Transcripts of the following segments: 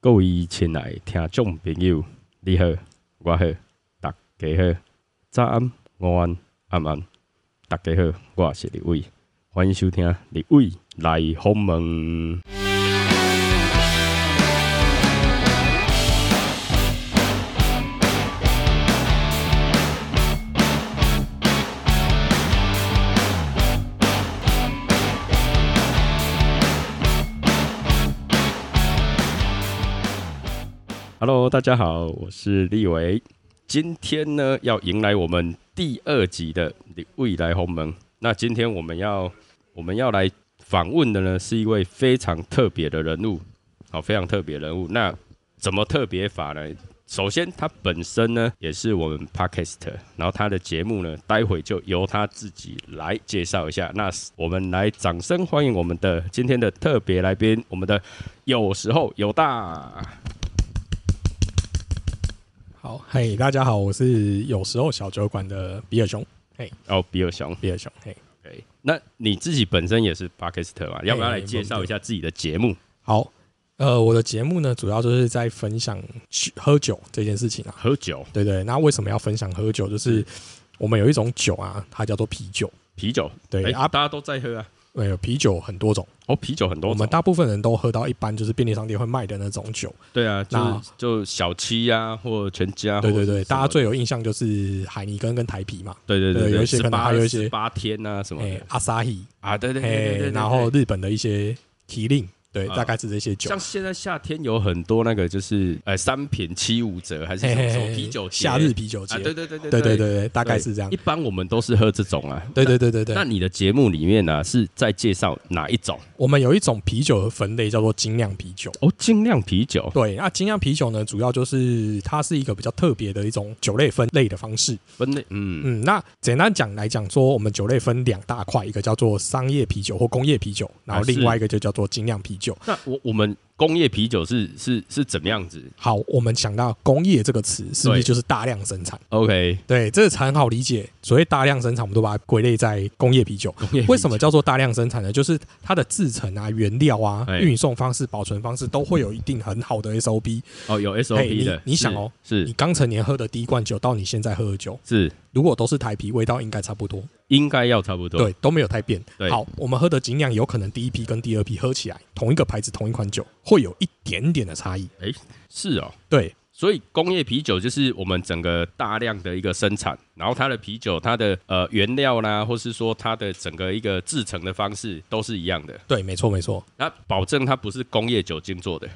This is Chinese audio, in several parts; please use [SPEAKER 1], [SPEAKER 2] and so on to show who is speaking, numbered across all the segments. [SPEAKER 1] 各位亲爱的听众朋友，你好，我好，大家好，早安、午安、晚安，大家好，我是李伟，欢迎收听李伟来访问。Hello，大家好，我是立伟。今天呢，要迎来我们第二集的未来鸿门。那今天我们要我们要来访问的呢，是一位非常特别的人物，好、非常特别人物。那怎么特别法呢？首先，他本身呢也是我们 Podcast，然后他的节目呢，待会就由他自己来介绍一下。那我们来掌声欢迎我们的今天的特别来宾，我们的有时候有大。
[SPEAKER 2] 好，嘿，大家好，我是有时候小酒馆的比尔熊，
[SPEAKER 1] 哦，比尔熊。
[SPEAKER 2] 比尔熊，嘿，
[SPEAKER 1] 对，那你自己本身也是 p 克斯特 s 嘛？
[SPEAKER 2] 哎
[SPEAKER 1] 要不要来介绍一下自己的节目？
[SPEAKER 2] 好，呃，我的节目呢，主要就是在分享去喝酒这件事情啊，
[SPEAKER 1] 喝酒，
[SPEAKER 2] 对对，那为什么要分享喝酒？就是我们有一种酒啊，它叫做啤酒，
[SPEAKER 1] 啤酒，
[SPEAKER 2] 对
[SPEAKER 1] 哎
[SPEAKER 2] 啊
[SPEAKER 1] 大家都在喝啊。
[SPEAKER 2] 呃，啤酒很多种，
[SPEAKER 1] 哦，啤酒很多
[SPEAKER 2] 我们
[SPEAKER 1] 种，
[SPEAKER 2] 大部分人都喝到一般就是便利商店会卖的那种酒，
[SPEAKER 1] 对啊，就
[SPEAKER 2] 那
[SPEAKER 1] 是就小七啊，或全家，
[SPEAKER 2] 对
[SPEAKER 1] 或
[SPEAKER 2] 对
[SPEAKER 1] 者
[SPEAKER 2] 对，
[SPEAKER 1] 是什么哦
[SPEAKER 2] 大家最有印象就是海尼根跟台啤嘛，
[SPEAKER 1] 对对对
[SPEAKER 2] 对有一
[SPEAKER 1] 十
[SPEAKER 2] 些可能
[SPEAKER 1] 八
[SPEAKER 2] 还有一些
[SPEAKER 1] 十八天啊什么
[SPEAKER 2] 哎
[SPEAKER 1] 的，
[SPEAKER 2] 阿萨希，
[SPEAKER 1] 啊，对对对对对
[SPEAKER 2] 哎
[SPEAKER 1] 对，，
[SPEAKER 2] 然后
[SPEAKER 1] 对
[SPEAKER 2] 日本的一些提令，对，
[SPEAKER 1] 啊
[SPEAKER 2] 大概是这些酒
[SPEAKER 1] 像。现在夏天有很多那个就是呃三品七五折还是
[SPEAKER 2] 嘿
[SPEAKER 1] 什么
[SPEAKER 2] 嘿
[SPEAKER 1] 什么
[SPEAKER 2] 嘿
[SPEAKER 1] 啤酒节
[SPEAKER 2] 夏日啤酒节
[SPEAKER 1] 啊，，对对对对
[SPEAKER 2] 对
[SPEAKER 1] 对
[SPEAKER 2] 对对，对，大概是这样
[SPEAKER 1] 一。般我们都是喝这种啊，
[SPEAKER 2] 对对对对
[SPEAKER 1] 那
[SPEAKER 2] 对，
[SPEAKER 1] 你的节目里面呢、是在介绍哪一种？
[SPEAKER 2] 我们有一种啤酒的分类叫做精酿啤酒。
[SPEAKER 1] 哦，精酿啤酒。
[SPEAKER 2] 对，那精酿啤酒呢，主要就是它是一个比较特别的一种酒类分类的方式。
[SPEAKER 1] 分类，嗯，
[SPEAKER 2] 嗯，那简单讲来讲说，我们酒类分两大块，一个叫做商业啤酒或工业啤酒，然后
[SPEAKER 1] 啊是
[SPEAKER 2] 另外一个就叫做精酿啤酒。
[SPEAKER 1] 那我我们工业啤酒是是是怎么样子
[SPEAKER 2] 好，我们想到工业这个词，是不
[SPEAKER 1] 对
[SPEAKER 2] 是就是大量生产？
[SPEAKER 1] ？OK，
[SPEAKER 2] 对，这个才很好理解。所谓大量生产，我们都把它归类在工业啤酒。
[SPEAKER 1] 工业啤酒
[SPEAKER 2] 为什么叫做大量生产呢？就是它的制成啊、原料啊
[SPEAKER 1] 哎、
[SPEAKER 2] 运送方式、保存方式都会有一定很好的 SOP。
[SPEAKER 1] 哦有
[SPEAKER 2] 嘿
[SPEAKER 1] SOP
[SPEAKER 2] 你
[SPEAKER 1] 的？
[SPEAKER 2] 你想哦
[SPEAKER 1] 是，
[SPEAKER 2] 你
[SPEAKER 1] 是
[SPEAKER 2] 刚成年喝的第一罐酒到你现在喝的酒，
[SPEAKER 1] 是，
[SPEAKER 2] 如果都是台啤，味道应该差不多，
[SPEAKER 1] 应该要差不多。
[SPEAKER 2] 对，都没有太变
[SPEAKER 1] 对。
[SPEAKER 2] 好，我们喝的精酿有可能第一批跟第二批喝起来，同一个牌子、同一款酒，会有一点点的差异。
[SPEAKER 1] 是哦。
[SPEAKER 2] 对，
[SPEAKER 1] 所以工业啤酒就是我们整个大量的一个生产，然后它的啤酒、它的呃原料啦，或是说它的整个一个制成的方式都是一样的，
[SPEAKER 2] 对，没错，没错。
[SPEAKER 1] 那保证它不是工业酒精做的，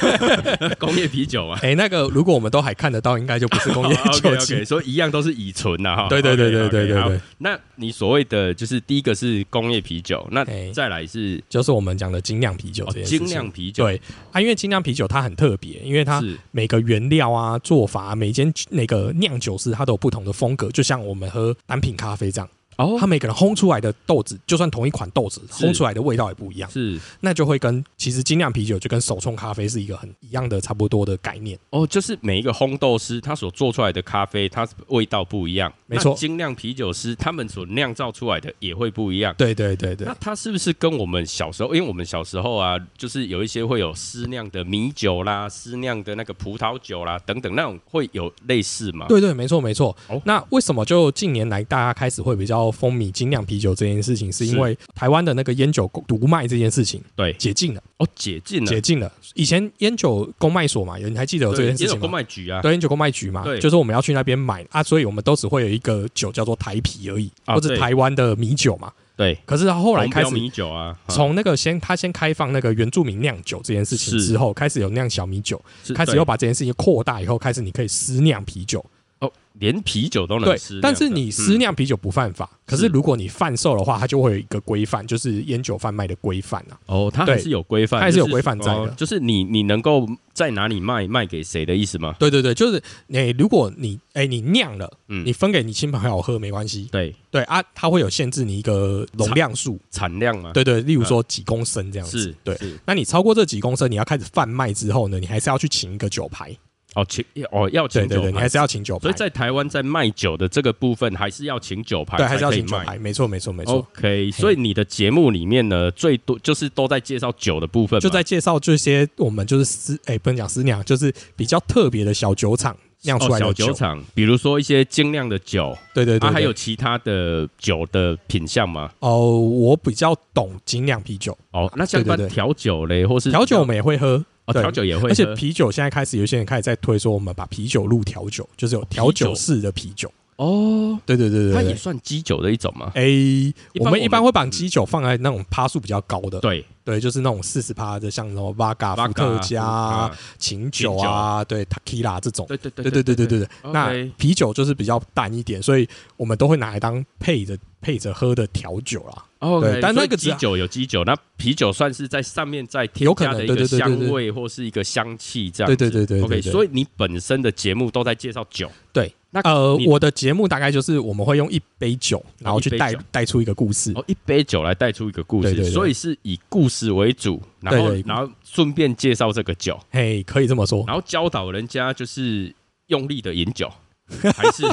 [SPEAKER 1] 工业啤酒啊。
[SPEAKER 2] 哎，那个如果我们都还看得到，应该就不 是工业酒
[SPEAKER 1] o k o
[SPEAKER 2] 精
[SPEAKER 1] 哦 k。所以一样都是乙醇呐、哈。
[SPEAKER 2] 对对对对
[SPEAKER 1] OK，OK，
[SPEAKER 2] 对对
[SPEAKER 1] 好
[SPEAKER 2] 对
[SPEAKER 1] 那你所谓的就是第一个是工业啤酒，那
[SPEAKER 2] 哎
[SPEAKER 1] 再来是
[SPEAKER 2] 就是我们讲的精酿啤酒
[SPEAKER 1] 哦
[SPEAKER 2] 这件事情。
[SPEAKER 1] 精酿啤酒，
[SPEAKER 2] 对啊，因为精酿啤酒它很特别，因为它
[SPEAKER 1] 是
[SPEAKER 2] 每个原料啊、做法、啊、每间那个酿酒师它都有不同的风格，就像我们喝单品咖啡这样，
[SPEAKER 1] 哦
[SPEAKER 2] 它每个人烘出来的豆子，就算同一款豆子，
[SPEAKER 1] 是
[SPEAKER 2] 烘出来的味道也不一样，
[SPEAKER 1] 是
[SPEAKER 2] 那就会跟其实精酿啤酒就跟手冲咖啡是一个很一样的差不多的概念。
[SPEAKER 1] 哦，就是每一个烘豆师他所做出来的咖啡，它味道不一样，
[SPEAKER 2] 没错
[SPEAKER 1] 那精酿啤酒师他们所酿造出来的也会不一样。
[SPEAKER 2] 对对对对
[SPEAKER 1] 那，它是不是跟我们小时候？因为我们小时候啊，就是有一些会有私酿的米酒啦、私酿的那个葡萄酒啦等等，那种会有类似吗？
[SPEAKER 2] 对对，没错没错。
[SPEAKER 1] 哦
[SPEAKER 2] 那为什么就近年来大家开始会比较风靡精酿啤酒这件事情，是
[SPEAKER 1] 是
[SPEAKER 2] 因为台湾的那个烟酒毒卖这件事情
[SPEAKER 1] 对，
[SPEAKER 2] 解禁了。
[SPEAKER 1] 哦，解禁了，
[SPEAKER 2] 解禁了。以前烟酒公卖所嘛，有你还记得有这
[SPEAKER 1] 对，
[SPEAKER 2] 件
[SPEAKER 1] 也
[SPEAKER 2] 事
[SPEAKER 1] 有
[SPEAKER 2] 情
[SPEAKER 1] 公
[SPEAKER 2] 吗？
[SPEAKER 1] 卖局啊，
[SPEAKER 2] 对，烟酒公卖局嘛
[SPEAKER 1] 对，
[SPEAKER 2] 就是我们要去那边买啊，所以我们都只会有一个酒叫做台啤而已，
[SPEAKER 1] 啊
[SPEAKER 2] 或者
[SPEAKER 1] 对
[SPEAKER 2] 台湾的米酒嘛。
[SPEAKER 1] 对，
[SPEAKER 2] 可是后来
[SPEAKER 1] 红
[SPEAKER 2] 开
[SPEAKER 1] 标
[SPEAKER 2] 始
[SPEAKER 1] 米酒啊，啊
[SPEAKER 2] 从那个先，他先开放那个原住民酿酒这件事情
[SPEAKER 1] 是
[SPEAKER 2] 之后，开始有酿小米酒，
[SPEAKER 1] 是
[SPEAKER 2] 开始
[SPEAKER 1] 对
[SPEAKER 2] 又把这件事情扩大以后，开始你可以私酿啤酒。
[SPEAKER 1] 哦，连啤酒都能
[SPEAKER 2] 对
[SPEAKER 1] 吃，，
[SPEAKER 2] 但是你私
[SPEAKER 1] 嗯
[SPEAKER 2] 酿啤酒不犯法，可是
[SPEAKER 1] 是
[SPEAKER 2] 如果你贩售的话，它就会有一个规范，就是烟酒贩卖的规范啊。
[SPEAKER 1] 哦，它还
[SPEAKER 2] 对
[SPEAKER 1] 是有规范，
[SPEAKER 2] 它还是有
[SPEAKER 1] 就
[SPEAKER 2] 规范在的
[SPEAKER 1] 哦就是你你能够在哪里卖，卖给谁的意思吗？
[SPEAKER 2] 对对对，就是你、如果你哎、你酿了，
[SPEAKER 1] 嗯
[SPEAKER 2] 你分给你亲朋好友喝没关系，
[SPEAKER 1] 对，
[SPEAKER 2] 对啊，它会有限制你一个容量数，
[SPEAKER 1] 产量嘛，，
[SPEAKER 2] 对对，例如说几公升这样
[SPEAKER 1] 嗯
[SPEAKER 2] 子，
[SPEAKER 1] 是，
[SPEAKER 2] 对。
[SPEAKER 1] 是
[SPEAKER 2] 那你超过这几公升，你要开始贩卖之后呢，你还是要去请一个酒牌，
[SPEAKER 1] 哦，请哦要
[SPEAKER 2] 对
[SPEAKER 1] 请
[SPEAKER 2] 对
[SPEAKER 1] 酒
[SPEAKER 2] 对，你还
[SPEAKER 1] 牌，
[SPEAKER 2] 是要请酒
[SPEAKER 1] 所
[SPEAKER 2] 牌
[SPEAKER 1] 以，在台湾在卖酒的这个部分，还是要请酒牌，
[SPEAKER 2] 对，还是要请酒
[SPEAKER 1] 卖。哦
[SPEAKER 2] 牌，没错没错没错。
[SPEAKER 1] OK，所以你的节目里面呢，最多就是都在介绍酒的部分嘛，
[SPEAKER 2] 就在介绍这些我们就是私哎、不能讲私酿，就是比较特别的小酒厂酿出
[SPEAKER 1] 哦
[SPEAKER 2] 来
[SPEAKER 1] 小
[SPEAKER 2] 的
[SPEAKER 1] 酒厂，比如说一些精酿的酒，
[SPEAKER 2] 对对对
[SPEAKER 1] 它、
[SPEAKER 2] 对，
[SPEAKER 1] 啊还有其他的酒的品相吗？
[SPEAKER 2] 哦，我比较懂精酿啤酒，
[SPEAKER 1] 哦，那像一般
[SPEAKER 2] 对对对
[SPEAKER 1] 调酒嘞，或是
[SPEAKER 2] 调酒我们也会喝，
[SPEAKER 1] 哦，
[SPEAKER 2] 对
[SPEAKER 1] 调酒也会喝，
[SPEAKER 2] 而且啤酒现在开始有些人开始在推说我们把啤酒入调酒，就是有调
[SPEAKER 1] 啤酒
[SPEAKER 2] 酒式的啤酒。
[SPEAKER 1] 哦，
[SPEAKER 2] 对对对
[SPEAKER 1] 它
[SPEAKER 2] 对
[SPEAKER 1] 也
[SPEAKER 2] 对。
[SPEAKER 1] 算基酒的一种嘛。
[SPEAKER 2] 哎、
[SPEAKER 1] 一般
[SPEAKER 2] 我
[SPEAKER 1] 我们
[SPEAKER 2] 们一般会把基酒放在那种趴数比较高的，
[SPEAKER 1] 对，
[SPEAKER 2] 对，就是那种四十趴的，像什么 v 嘎、呃伏
[SPEAKER 1] Vodka，嗯
[SPEAKER 2] 特加啊、
[SPEAKER 1] 伏特
[SPEAKER 2] 琴酒啊，对 tequila 这种。
[SPEAKER 1] 对对对
[SPEAKER 2] 对对对对对对，那
[SPEAKER 1] OK
[SPEAKER 2] 啤酒就是比较淡一点，所以我们都会拿来当配着配着喝的调酒啦。
[SPEAKER 1] 哦，
[SPEAKER 2] 对但那个只
[SPEAKER 1] 基酒有基酒，那啤酒算是在上面再添
[SPEAKER 2] 有可
[SPEAKER 1] 加
[SPEAKER 2] 能
[SPEAKER 1] 的一
[SPEAKER 2] 对
[SPEAKER 1] 个
[SPEAKER 2] 对对对
[SPEAKER 1] 香
[SPEAKER 2] 对
[SPEAKER 1] 味或是一个香气这样
[SPEAKER 2] 对
[SPEAKER 1] 子。
[SPEAKER 2] 对对对
[SPEAKER 1] OK，
[SPEAKER 2] 对对。
[SPEAKER 1] 所以你本身的节目都在介绍酒，
[SPEAKER 2] 对，
[SPEAKER 1] 那
[SPEAKER 2] 呃
[SPEAKER 1] 你，
[SPEAKER 2] 我的节目大概就是我们会用一杯酒，然后
[SPEAKER 1] 一
[SPEAKER 2] 去
[SPEAKER 1] 杯
[SPEAKER 2] 带
[SPEAKER 1] 酒
[SPEAKER 2] 带出一个故事。
[SPEAKER 1] 哦，一杯酒来带出一个故事，
[SPEAKER 2] 对对对
[SPEAKER 1] 所以是以故事为主，然后
[SPEAKER 2] 对对
[SPEAKER 1] 然后顺便介绍这个酒，
[SPEAKER 2] 嘿，可以这么说。
[SPEAKER 1] 然后教导人家就是用力的饮酒， 还是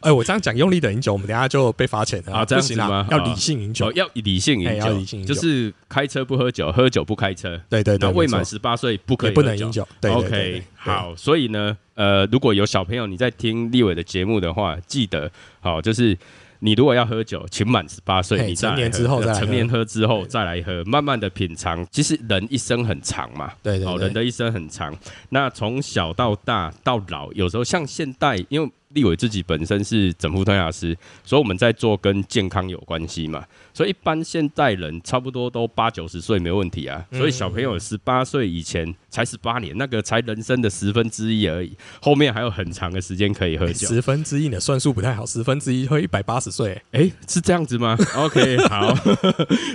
[SPEAKER 2] 哎，我这样讲用力的饮酒，我们等一下就被罚钱了。
[SPEAKER 1] 啊这
[SPEAKER 2] 不
[SPEAKER 1] 样子
[SPEAKER 2] 行啊
[SPEAKER 1] 吗，
[SPEAKER 2] 要
[SPEAKER 1] 啊
[SPEAKER 2] 理性饮
[SPEAKER 1] 哦
[SPEAKER 2] 酒。
[SPEAKER 1] 要理性饮
[SPEAKER 2] 哎要
[SPEAKER 1] 酒，
[SPEAKER 2] 理性饮酒
[SPEAKER 1] 就是开车不喝酒，喝酒不开车，
[SPEAKER 2] 对对
[SPEAKER 1] 然
[SPEAKER 2] 对，
[SPEAKER 1] 后未
[SPEAKER 2] 没错
[SPEAKER 1] 满十八岁不可
[SPEAKER 2] 也
[SPEAKER 1] 以
[SPEAKER 2] 不
[SPEAKER 1] 喝
[SPEAKER 2] 能饮酒。对对对
[SPEAKER 1] OK，
[SPEAKER 2] 对，
[SPEAKER 1] 好，所以呢，呃，如果有小朋友你在听立伟的节目的话，记得好，就是你如果要喝酒，请满十八岁，
[SPEAKER 2] 嘿
[SPEAKER 1] 你再来
[SPEAKER 2] 成年
[SPEAKER 1] 喝
[SPEAKER 2] 之后
[SPEAKER 1] 呃
[SPEAKER 2] 再来
[SPEAKER 1] 成
[SPEAKER 2] 喝
[SPEAKER 1] 年喝之后再来喝，慢慢的品尝。其实人一生很长嘛，
[SPEAKER 2] 对对
[SPEAKER 1] 哦，
[SPEAKER 2] 对
[SPEAKER 1] 人的一生很长，那从小到大到老，有时候像现代，因为立伟自己本身是整副推拿师，所以我们在做跟健康有关系嘛，所以一般现代人差不多都八九十岁没问题啊，所以小朋友十八岁以前才十八年，那个才人生的十分之一而已，后面还有很长的时间可以喝
[SPEAKER 2] 哎
[SPEAKER 1] 酒。
[SPEAKER 2] 十分之一你的算术不太好，十分之一会一百八十岁。
[SPEAKER 1] 哎、是这样子吗 ？OK，好，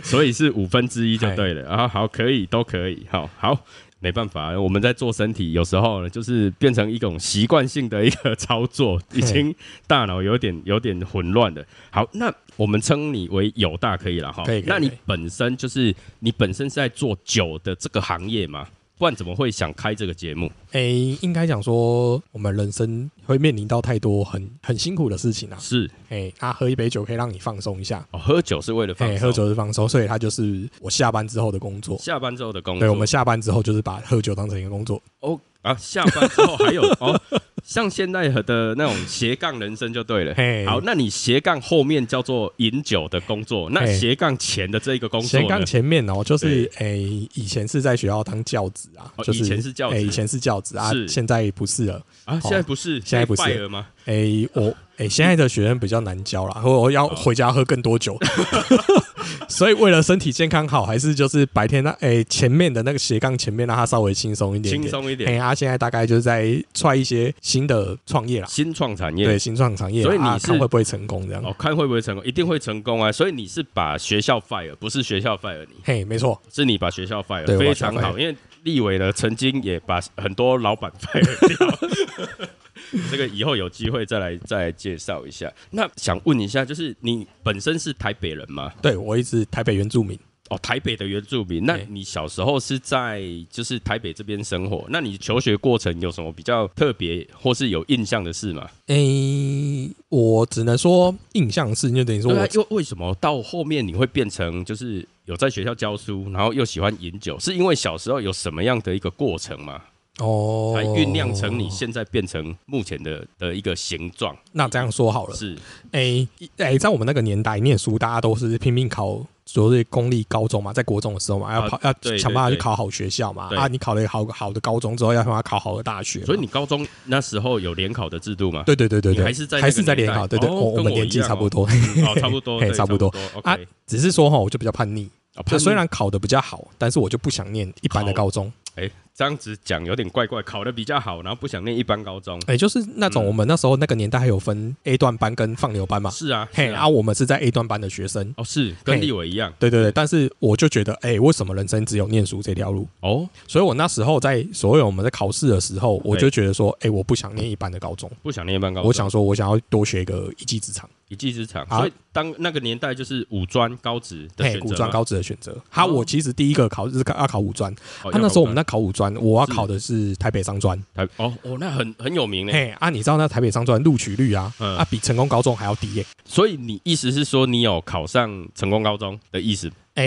[SPEAKER 1] 所以是五分之一就对了。啊，好，可以，都可以，好好，没办法，我们在做身体，有时候呢，就是变成一种习惯性的一个操作，已经大脑有点有点混乱了。好，那我们称你为友大可以了哈。
[SPEAKER 2] 可以可以
[SPEAKER 1] 那你
[SPEAKER 2] 可以
[SPEAKER 1] 本身就是你本身是在做酒的这个行业嘛？不然怎么会想开这个节目？
[SPEAKER 2] 哎，应该讲说我们人生会面临到太多很很辛苦的事情啊。
[SPEAKER 1] 是
[SPEAKER 2] 哎，他喝一杯酒可以让你放松一下。
[SPEAKER 1] 哦，喝酒是为了放
[SPEAKER 2] 哎，
[SPEAKER 1] 松
[SPEAKER 2] 喝酒是放松，所以他就是我下班之后的工作。
[SPEAKER 1] 下班之后的工作。
[SPEAKER 2] 对，我们下班之后就是把喝酒当成一个工作。
[SPEAKER 1] 哦啊，下班之后还 有哦，像现在的那种斜杠人生就对了。
[SPEAKER 2] 嘿
[SPEAKER 1] 好，那你斜杠后面叫做饮酒的工作，那
[SPEAKER 2] 嘿
[SPEAKER 1] 斜杠前的这个工作
[SPEAKER 2] 前刚
[SPEAKER 1] 呢？
[SPEAKER 2] 前面哦，就是诶、以前是在学校当教职啊，
[SPEAKER 1] 哦
[SPEAKER 2] 就是
[SPEAKER 1] 以前是教职
[SPEAKER 2] 诶以前是教职啊
[SPEAKER 1] 是，
[SPEAKER 2] 现在不是了。
[SPEAKER 1] 啊，现在不是
[SPEAKER 2] 哦现在不是
[SPEAKER 1] 拜了吗？
[SPEAKER 2] 诶、我诶、现在的学生比较难教
[SPEAKER 1] 嗯
[SPEAKER 2] 啦，我我要
[SPEAKER 1] 啊
[SPEAKER 2] 回家喝更 多酒，所以为了身体健康好，还是就是白天那诶、前面的那个斜杠前面让它稍微轻松一点点，
[SPEAKER 1] 轻松一
[SPEAKER 2] 诶、
[SPEAKER 1] 点，
[SPEAKER 2] 啊，现在大概就是在踹一些新的创业啦，
[SPEAKER 1] 新创产业
[SPEAKER 2] 对，新创产业啦，
[SPEAKER 1] 所以你
[SPEAKER 2] 啊、
[SPEAKER 1] 是
[SPEAKER 2] 看会不会成功这样。
[SPEAKER 1] 哦，看会不会成功，一定会成功啊！所以你是把学校 fire，不是学校 fire 你，
[SPEAKER 2] 嘿，没错，
[SPEAKER 1] 是你把学校 fire，
[SPEAKER 2] 对我把
[SPEAKER 1] 非
[SPEAKER 2] 学校
[SPEAKER 1] 常
[SPEAKER 2] fire
[SPEAKER 1] 好。因为立伟呢，曾经也把很多老板 fire 掉。 这个以后有机会再来再来介绍一下。那想问一下，就是你本身是台北人吗？
[SPEAKER 2] 对我一直台北原住民，
[SPEAKER 1] 哦，台北的原住民。那
[SPEAKER 2] 对
[SPEAKER 1] 你小时候是在就是台北这边生活？那你求学过程有什么比较特别或是有印象的事吗？
[SPEAKER 2] 诶、我只能说印象是，就等于说
[SPEAKER 1] 对啊
[SPEAKER 2] 我，
[SPEAKER 1] 又为什么到后面你会变成就是有在学校教书，然后又喜欢饮酒？是因为小时候有什么样的一个过程吗？
[SPEAKER 2] 哦，
[SPEAKER 1] 才酝酿成你现在变成目前的的一个形状？
[SPEAKER 2] 那这样说好了，
[SPEAKER 1] 是
[SPEAKER 2] 诶诶、在我们那个年代念书，大家都是拼命考，就是公立高中嘛，在国中的时候嘛，要跑、
[SPEAKER 1] 对啊对
[SPEAKER 2] 要想办法
[SPEAKER 1] 对
[SPEAKER 2] 去考好学校嘛。
[SPEAKER 1] 对
[SPEAKER 2] 啊，你考了一个好好的高中之后，要想办法考好的大学嘛。
[SPEAKER 1] 所以你高中那时候有联考的制度吗？
[SPEAKER 2] 对对对对
[SPEAKER 1] 你
[SPEAKER 2] 对，
[SPEAKER 1] 还是在那个
[SPEAKER 2] 还是在
[SPEAKER 1] 年
[SPEAKER 2] 联
[SPEAKER 1] 代
[SPEAKER 2] 考，对对，
[SPEAKER 1] 哦
[SPEAKER 2] 我
[SPEAKER 1] 跟
[SPEAKER 2] 们
[SPEAKER 1] 我
[SPEAKER 2] 年
[SPEAKER 1] 一
[SPEAKER 2] 纪
[SPEAKER 1] 样
[SPEAKER 2] 差不
[SPEAKER 1] 哦
[SPEAKER 2] 多，
[SPEAKER 1] 哦，差不多，
[SPEAKER 2] 嘿
[SPEAKER 1] 对
[SPEAKER 2] 差不多。 啊
[SPEAKER 1] OK，
[SPEAKER 2] 只是说哈，我就比较叛逆，
[SPEAKER 1] 啊
[SPEAKER 2] 就虽然考的比较好，但是我就不想念一般的
[SPEAKER 1] 考
[SPEAKER 2] 高中，
[SPEAKER 1] 哎这样子讲有点怪怪，考的比较好，然后不想念一般高中。
[SPEAKER 2] 也就是那种
[SPEAKER 1] 嗯
[SPEAKER 2] 我们那时候那个年代还有分 A 段班跟放牛班嘛。
[SPEAKER 1] 是啊，
[SPEAKER 2] 嘿，
[SPEAKER 1] 是
[SPEAKER 2] 啊，我们是在 A 段班的学生，
[SPEAKER 1] 哦，是跟
[SPEAKER 2] 嘿
[SPEAKER 1] 立伟一样
[SPEAKER 2] 对对对，但是我就觉得，哎、为什么人生只有念书这条路？
[SPEAKER 1] 哦，
[SPEAKER 2] 所以我那时候在所有我们在考试的时候，我就觉得说，哎、我不想念一般的高中，
[SPEAKER 1] 不想念一般高中。
[SPEAKER 2] 我想说我想要多学一个一技之长，
[SPEAKER 1] 一技之长，
[SPEAKER 2] 啊
[SPEAKER 1] 所以当那个年代就是五专、高职的
[SPEAKER 2] 嘿，
[SPEAKER 1] 选择嘛。啊
[SPEAKER 2] 古专高职的选择。哈，
[SPEAKER 1] 哦
[SPEAKER 2] 我其实第一个考是考要考五专，
[SPEAKER 1] 哦，
[SPEAKER 2] 他、
[SPEAKER 1] 要
[SPEAKER 2] 啊那时
[SPEAKER 1] 考
[SPEAKER 2] 候我们在考五专，我要
[SPEAKER 1] 是
[SPEAKER 2] 考的是台北商专。
[SPEAKER 1] 台哦哦，那很很有名呢。
[SPEAKER 2] 嘿啊，你知道那台北商专录取率啊，
[SPEAKER 1] 嗯
[SPEAKER 2] 啊比成功高中还要低耶、
[SPEAKER 1] 所以你意思是说你有考上成功高中的意思？
[SPEAKER 2] 哎、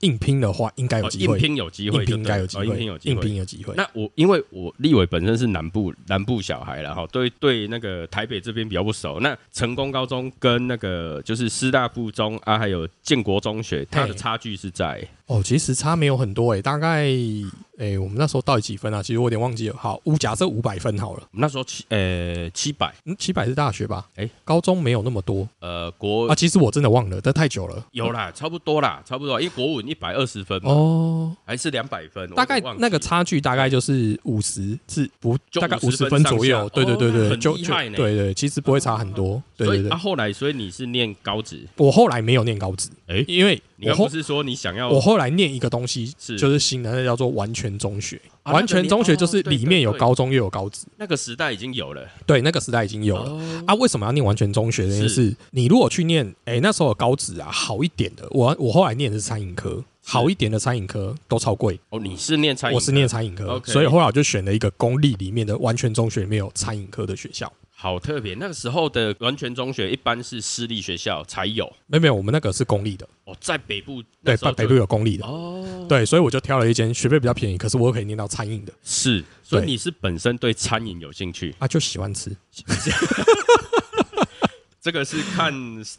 [SPEAKER 2] 硬拼的话应该有
[SPEAKER 1] 哦
[SPEAKER 2] 机
[SPEAKER 1] 应
[SPEAKER 2] 会，
[SPEAKER 1] 聘有机会
[SPEAKER 2] 应
[SPEAKER 1] 就
[SPEAKER 2] 聘应
[SPEAKER 1] 对
[SPEAKER 2] 该
[SPEAKER 1] 了，
[SPEAKER 2] 有机
[SPEAKER 1] 哦
[SPEAKER 2] 会，
[SPEAKER 1] 应聘有机
[SPEAKER 2] 应
[SPEAKER 1] 会
[SPEAKER 2] 聘。有机会。
[SPEAKER 1] 那我因为我立伟本身是南部南部小孩了哈，对对，那个台北这边比较不熟。那成功高中跟那个就是师大附中啊，还有建国中学，它的差距是在
[SPEAKER 2] 哦，其实差没有很多哎、大概哎、我们那时候到底几分啊？其实我有点忘记了。好，五假设五百分好了，
[SPEAKER 1] 那时候七呃七百
[SPEAKER 2] 嗯，七百是大学吧？
[SPEAKER 1] 哎
[SPEAKER 2] 高中没有那么多
[SPEAKER 1] 呃国、
[SPEAKER 2] 啊。其实我真的忘了，这太久了。
[SPEAKER 1] 有啦，差不多啦，差不多啦，因为国文一百二十分嘛，
[SPEAKER 2] 哦，
[SPEAKER 1] 还是两百分，
[SPEAKER 2] 大概
[SPEAKER 1] 我有点忘记
[SPEAKER 2] 那个差距大概就是五十至不
[SPEAKER 1] 就
[SPEAKER 2] 大概
[SPEAKER 1] 50
[SPEAKER 2] 十
[SPEAKER 1] 分
[SPEAKER 2] 分
[SPEAKER 1] 上
[SPEAKER 2] 左右，
[SPEAKER 1] 下
[SPEAKER 2] 对对对
[SPEAKER 1] 哦那
[SPEAKER 2] 对，
[SPEAKER 1] 很
[SPEAKER 2] 就
[SPEAKER 1] 厉
[SPEAKER 2] 就
[SPEAKER 1] 害呢
[SPEAKER 2] 对对，其实不会差很多，对
[SPEAKER 1] 所
[SPEAKER 2] 对
[SPEAKER 1] 以
[SPEAKER 2] 对
[SPEAKER 1] 啊，。后来所以你是念高职，
[SPEAKER 2] 我后来没有念高职，
[SPEAKER 1] 哎
[SPEAKER 2] 因为
[SPEAKER 1] 你
[SPEAKER 2] 我
[SPEAKER 1] 刚不
[SPEAKER 2] 后
[SPEAKER 1] 是说你想要
[SPEAKER 2] 我后来念一个东西
[SPEAKER 1] 是
[SPEAKER 2] 就是新的，那叫做完全中学。
[SPEAKER 1] 啊
[SPEAKER 2] 完全中学就是里面
[SPEAKER 1] 那
[SPEAKER 2] 有，
[SPEAKER 1] 个你哦
[SPEAKER 2] 高中又有高职，
[SPEAKER 1] 对对对那个时代已经有了，
[SPEAKER 2] 对，那个时代已经有了。
[SPEAKER 1] 哦
[SPEAKER 2] 啊，为什么要念完全中学这件事？你如果去念，哎、那时候有高职啊，好一点的，我我后来念的是餐饮科，好一点的餐饮科都超贵，
[SPEAKER 1] 哦，你是念餐饮科，
[SPEAKER 2] 我是念餐饮科，
[SPEAKER 1] OK
[SPEAKER 2] 所以后来我就选了一个公立里面的完全中学里面有餐饮科的学校。
[SPEAKER 1] 好特别。那个时候的完全中学一般是私立学校才有
[SPEAKER 2] 没有没有，我们那个是公立的，
[SPEAKER 1] 哦，在北部那
[SPEAKER 2] 对，
[SPEAKER 1] 时候
[SPEAKER 2] 北
[SPEAKER 1] 就
[SPEAKER 2] 北部有公立的，
[SPEAKER 1] 哦，
[SPEAKER 2] 对，所以我就挑了一间学费比较便宜，可是我又可以念到餐饮的
[SPEAKER 1] 是，所以
[SPEAKER 2] 对
[SPEAKER 1] 你是本身对餐饮有兴趣，
[SPEAKER 2] 啊，就喜欢吃，
[SPEAKER 1] 这个是看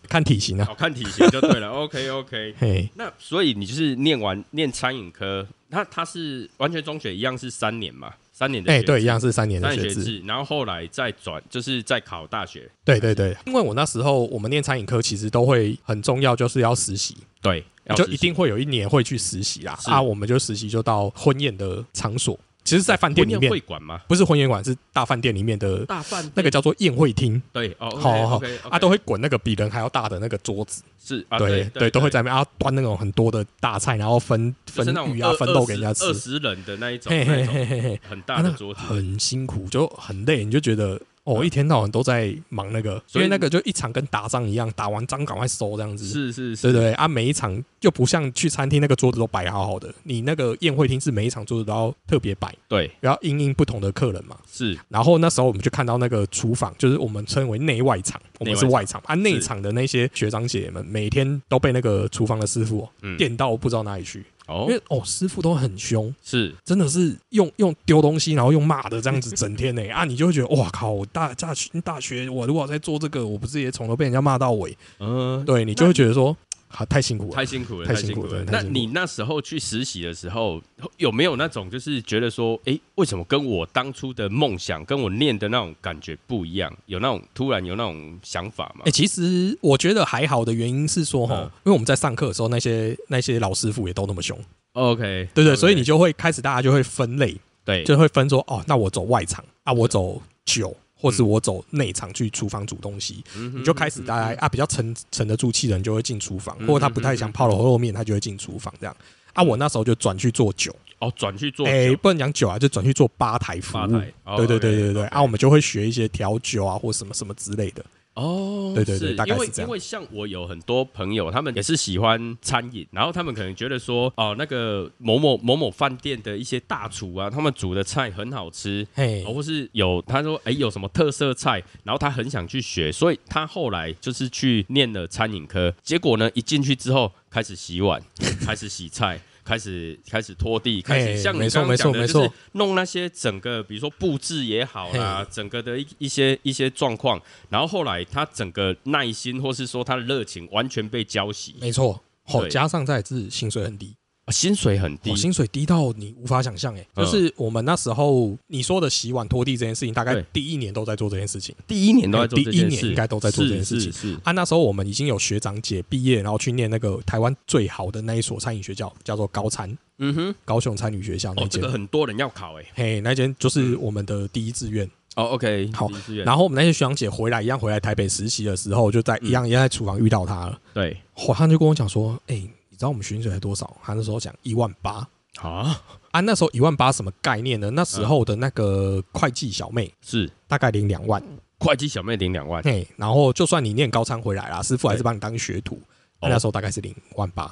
[SPEAKER 2] 看体型啊，
[SPEAKER 1] 好看体型就对了。OK OK，
[SPEAKER 2] 嘿，
[SPEAKER 1] 那所以你就是念完念餐饮科，那他是完全中学一样是三年嘛，三年的
[SPEAKER 2] 哎、
[SPEAKER 1] 学
[SPEAKER 2] 对，一样是三年的
[SPEAKER 1] 三年
[SPEAKER 2] 学
[SPEAKER 1] 学
[SPEAKER 2] 制，
[SPEAKER 1] 制，然后后来再转就是再考大学，
[SPEAKER 2] 对对对，因为我那时候我们念餐饮科其实都会很重要，就是要实习，
[SPEAKER 1] 对，要
[SPEAKER 2] 就
[SPEAKER 1] 实
[SPEAKER 2] 一
[SPEAKER 1] 习
[SPEAKER 2] 定会有一年会去实习啦。
[SPEAKER 1] 是
[SPEAKER 2] 啊，我们就实习就到婚宴的场所，其实，在饭店里
[SPEAKER 1] 婚宴
[SPEAKER 2] 面
[SPEAKER 1] 会馆吗？
[SPEAKER 2] 不是婚宴馆，是大饭店里面的
[SPEAKER 1] 大饭
[SPEAKER 2] 那个叫做宴会厅。
[SPEAKER 1] 对哦，
[SPEAKER 2] 好好
[SPEAKER 1] o k
[SPEAKER 2] 啊，都会滚那个比人还要大的那个桌子，
[SPEAKER 1] 是啊，
[SPEAKER 2] 对
[SPEAKER 1] 对
[SPEAKER 2] 都会在那边啊端那种很多的大菜，然后分分鱼啊、分肉给人家吃
[SPEAKER 1] 二，十人的那一种，
[SPEAKER 2] 嘿
[SPEAKER 1] 那
[SPEAKER 2] 嘿
[SPEAKER 1] 一种
[SPEAKER 2] 嘿嘿嘿，
[SPEAKER 1] 很
[SPEAKER 2] 啊
[SPEAKER 1] 大
[SPEAKER 2] 那
[SPEAKER 1] 的
[SPEAKER 2] 个
[SPEAKER 1] 桌子，
[SPEAKER 2] 很辛苦，就很累，你就觉得哦，
[SPEAKER 1] 嗯
[SPEAKER 2] 一天到晚都在忙那个，因
[SPEAKER 1] 所以
[SPEAKER 2] 为那个就一场跟打仗一样，打完仗赶快收这样子，
[SPEAKER 1] 是是
[SPEAKER 2] 对
[SPEAKER 1] 是，
[SPEAKER 2] 对对啊，每一场又不像去餐厅那个桌子都摆好好的，你那个宴会厅是每一场桌子都要特别摆，
[SPEAKER 1] 对
[SPEAKER 2] 然后因应不同的客人嘛。
[SPEAKER 1] 是
[SPEAKER 2] 然后那时候我们就看到那个厨房，就是我们称为内外场，我们是外场啊，内场的那些学长姐们每天都被那个厨房的师傅哦
[SPEAKER 1] 嗯
[SPEAKER 2] 电到不知道哪里去，因
[SPEAKER 1] 哦
[SPEAKER 2] 为哦师傅都很凶。
[SPEAKER 1] 是
[SPEAKER 2] 真的是用用丢东西，然后用骂的这样子，整天呢、啊，你就会觉得哇靠！我大大学大学，我如果在做这个，我不是也从头被人家骂到尾？
[SPEAKER 1] 嗯，
[SPEAKER 2] 对你就会觉得说，啊，太辛苦了，
[SPEAKER 1] 太辛苦了，
[SPEAKER 2] 呃太
[SPEAKER 1] 太
[SPEAKER 2] 辛
[SPEAKER 1] 辛
[SPEAKER 2] 苦
[SPEAKER 1] 苦
[SPEAKER 2] 了
[SPEAKER 1] 了。
[SPEAKER 2] 太
[SPEAKER 1] 那
[SPEAKER 2] 辛苦了
[SPEAKER 1] 你那时候去实习的时候，有没有那种就是觉得说，诶，为什么跟我当初的梦想，跟我念的那种感觉不一样？有那种突然有那种想法吗
[SPEAKER 2] 哎、？其实我觉得还好的原因是说，哈、
[SPEAKER 1] 嗯
[SPEAKER 2] 因为我们在上课的时候，那些那些老师傅也都那么凶，
[SPEAKER 1] 哦 OK，
[SPEAKER 2] 对不对？所以你就会开始大家就会分类，
[SPEAKER 1] 对
[SPEAKER 2] 就会分说，哦，那我走外场啊，我走酒，或
[SPEAKER 1] 嗯
[SPEAKER 2] 是我走内场去厨房煮东西，你
[SPEAKER 1] 你
[SPEAKER 2] 就开始大家啊比较沉沉得住气的人就会进厨房，
[SPEAKER 1] 嗯
[SPEAKER 2] 或者他不太想泡了后面，他就会进厨房这样。啊，我那时候就转去做酒，
[SPEAKER 1] 哦转去做
[SPEAKER 2] 哎、
[SPEAKER 1] 酒
[SPEAKER 2] 不能讲酒啊，就转去做吧台服
[SPEAKER 1] 吧
[SPEAKER 2] 务。
[SPEAKER 1] 台，哦
[SPEAKER 2] 对对对
[SPEAKER 1] OK，
[SPEAKER 2] 对对，
[SPEAKER 1] OK
[SPEAKER 2] 啊，我们就会学一些调酒啊，或什么什么之类的。
[SPEAKER 1] 哦，
[SPEAKER 2] 对对对
[SPEAKER 1] 是
[SPEAKER 2] 大概
[SPEAKER 1] 因为
[SPEAKER 2] 是这样
[SPEAKER 1] 因为像我有很多朋友，他们也是喜欢餐饮，然后他们可能觉得说，哦，那个某某某某饭店的一些大厨啊，他们煮的菜很好吃。
[SPEAKER 2] 嘿，
[SPEAKER 1] 哦或是有他说哎、有什么特色菜，然后他很想去学，所以他后来就是去念了餐饮科，结果呢一进去之后开始洗碗，开始洗菜，开始开始拖地，开
[SPEAKER 2] 哎
[SPEAKER 1] 始像
[SPEAKER 2] 没
[SPEAKER 1] 你
[SPEAKER 2] 错
[SPEAKER 1] 刚刚讲
[SPEAKER 2] 没
[SPEAKER 1] 的，
[SPEAKER 2] 错
[SPEAKER 1] 就
[SPEAKER 2] 没
[SPEAKER 1] 是
[SPEAKER 2] 错
[SPEAKER 1] 弄那些整个比如说布置也好啦，整个的一一些一些状况，然后后来他整个耐心或是说他的热情完全被浇熄，
[SPEAKER 2] 没错，哦，
[SPEAKER 1] 对
[SPEAKER 2] 加上再来是薪水很低。
[SPEAKER 1] 啊薪水很低
[SPEAKER 2] 我，哦薪水低到你无法想象，哎，就
[SPEAKER 1] 嗯
[SPEAKER 2] 是我们那时候你说的洗碗拖地这件事情，大概
[SPEAKER 1] 对
[SPEAKER 2] 第一年都在做这件事情
[SPEAKER 1] 第一年都在做这
[SPEAKER 2] 哎第一
[SPEAKER 1] 件
[SPEAKER 2] 年
[SPEAKER 1] 事，
[SPEAKER 2] 应该都在做这件事
[SPEAKER 1] 是
[SPEAKER 2] 情
[SPEAKER 1] 是是
[SPEAKER 2] 啊。那时候我们已经有学长姐毕业，然后去念那个台湾最好的那一所餐饮学校，叫做高餐
[SPEAKER 1] 嗯哼，
[SPEAKER 2] 高雄餐旅学校那
[SPEAKER 1] 哦，这
[SPEAKER 2] 间
[SPEAKER 1] 个。很多人要考哎、
[SPEAKER 2] 嘿，那间就是我们的第一志愿。
[SPEAKER 1] 哦，OK，
[SPEAKER 2] 好
[SPEAKER 1] 第一志愿，
[SPEAKER 2] 然后我们那些学长姐回来一样回来台北实习的时候，就在
[SPEAKER 1] 嗯
[SPEAKER 2] 一样一样在厨房遇到他了。
[SPEAKER 1] 对
[SPEAKER 2] 哇，他就跟我讲说：“哎，你知道我们薪水才多少？”他那时候讲一万八
[SPEAKER 1] 啊，
[SPEAKER 2] 啊，那时候一万八什么概念呢？那时候的那个会计小妹
[SPEAKER 1] 是
[SPEAKER 2] 大概领两万。
[SPEAKER 1] 会计小妹领两万，
[SPEAKER 2] 嘿，然后就算你念高三回来啦，师傅还是把你当学徒。
[SPEAKER 1] 哦
[SPEAKER 2] 那时候大概是零万八，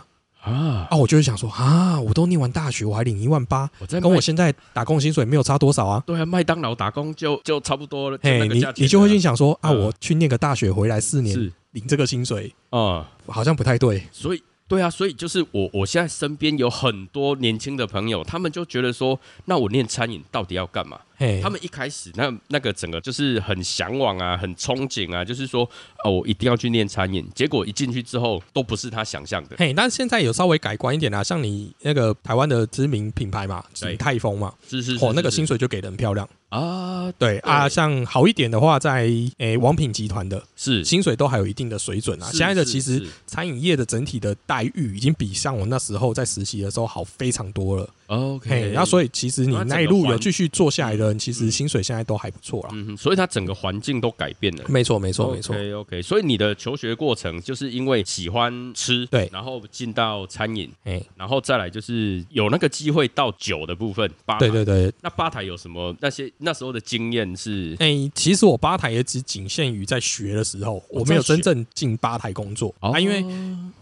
[SPEAKER 1] 啊，
[SPEAKER 2] 啊，我就会想说啊，我都念完大学，我还领一万八，
[SPEAKER 1] 我在
[SPEAKER 2] 跟我
[SPEAKER 1] 麦
[SPEAKER 2] 现在打工薪水没有差多少啊。
[SPEAKER 1] 对啊，麦当劳打工就就差不多了，就
[SPEAKER 2] 嘿，
[SPEAKER 1] 那个
[SPEAKER 2] 你
[SPEAKER 1] 价钱
[SPEAKER 2] 你就会去
[SPEAKER 1] 了
[SPEAKER 2] 想说啊，
[SPEAKER 1] 嗯
[SPEAKER 2] 我去念个大学回来四年，
[SPEAKER 1] 是
[SPEAKER 2] 领这个薪水
[SPEAKER 1] 啊。
[SPEAKER 2] 好像不太对。
[SPEAKER 1] 所以，对啊，所以就是我我现在身边有很多年轻的朋友，他们就觉得说，那我念餐饮到底要干嘛？
[SPEAKER 2] 嘿，
[SPEAKER 1] 他们一开始那那个整个就是很向往啊，很憧憬啊，就是说，哦，我一定要去念餐饮。结果一进去之后，都不是他想象的。
[SPEAKER 2] 嘿，但现在有稍微改观一点啦、啊像你那个台湾的知名品牌嘛，
[SPEAKER 1] 对
[SPEAKER 2] 泰丰嘛，
[SPEAKER 1] 是是是
[SPEAKER 2] 哦，那个
[SPEAKER 1] 是
[SPEAKER 2] 薪水就给的很漂亮。
[SPEAKER 1] 啊，
[SPEAKER 2] 对啊，像好一点的话，在诶、王品集团的
[SPEAKER 1] 是
[SPEAKER 2] 薪水都还有一定的水准啊。
[SPEAKER 1] 是
[SPEAKER 2] 现在的
[SPEAKER 1] 是
[SPEAKER 2] 其实
[SPEAKER 1] 是
[SPEAKER 2] 餐饮业的整体的待遇已经比像我那时候在实习的时候好非常多了。嘿，
[SPEAKER 1] OK，
[SPEAKER 2] 然后所以其实你那一路有继续做下来的人，其
[SPEAKER 1] 嗯
[SPEAKER 2] 实薪水现在都还不错啦。
[SPEAKER 1] 嗯哼，所以他整个环境都改变了。
[SPEAKER 2] 没错，没错，没错。
[SPEAKER 1] 嗯 OK OK，所以你的求学过程就是因为喜欢吃，
[SPEAKER 2] 对
[SPEAKER 1] 然后进到餐饮，
[SPEAKER 2] 哎，
[SPEAKER 1] 然后再来就是有那个机会到酒的部分吧。
[SPEAKER 2] 对对对，
[SPEAKER 1] 那吧台有什么那些那时候的经验是
[SPEAKER 2] 哎，其实我吧台也只仅限于在学的时候，我没有真正进吧台工作
[SPEAKER 1] 哦
[SPEAKER 2] 啊，因为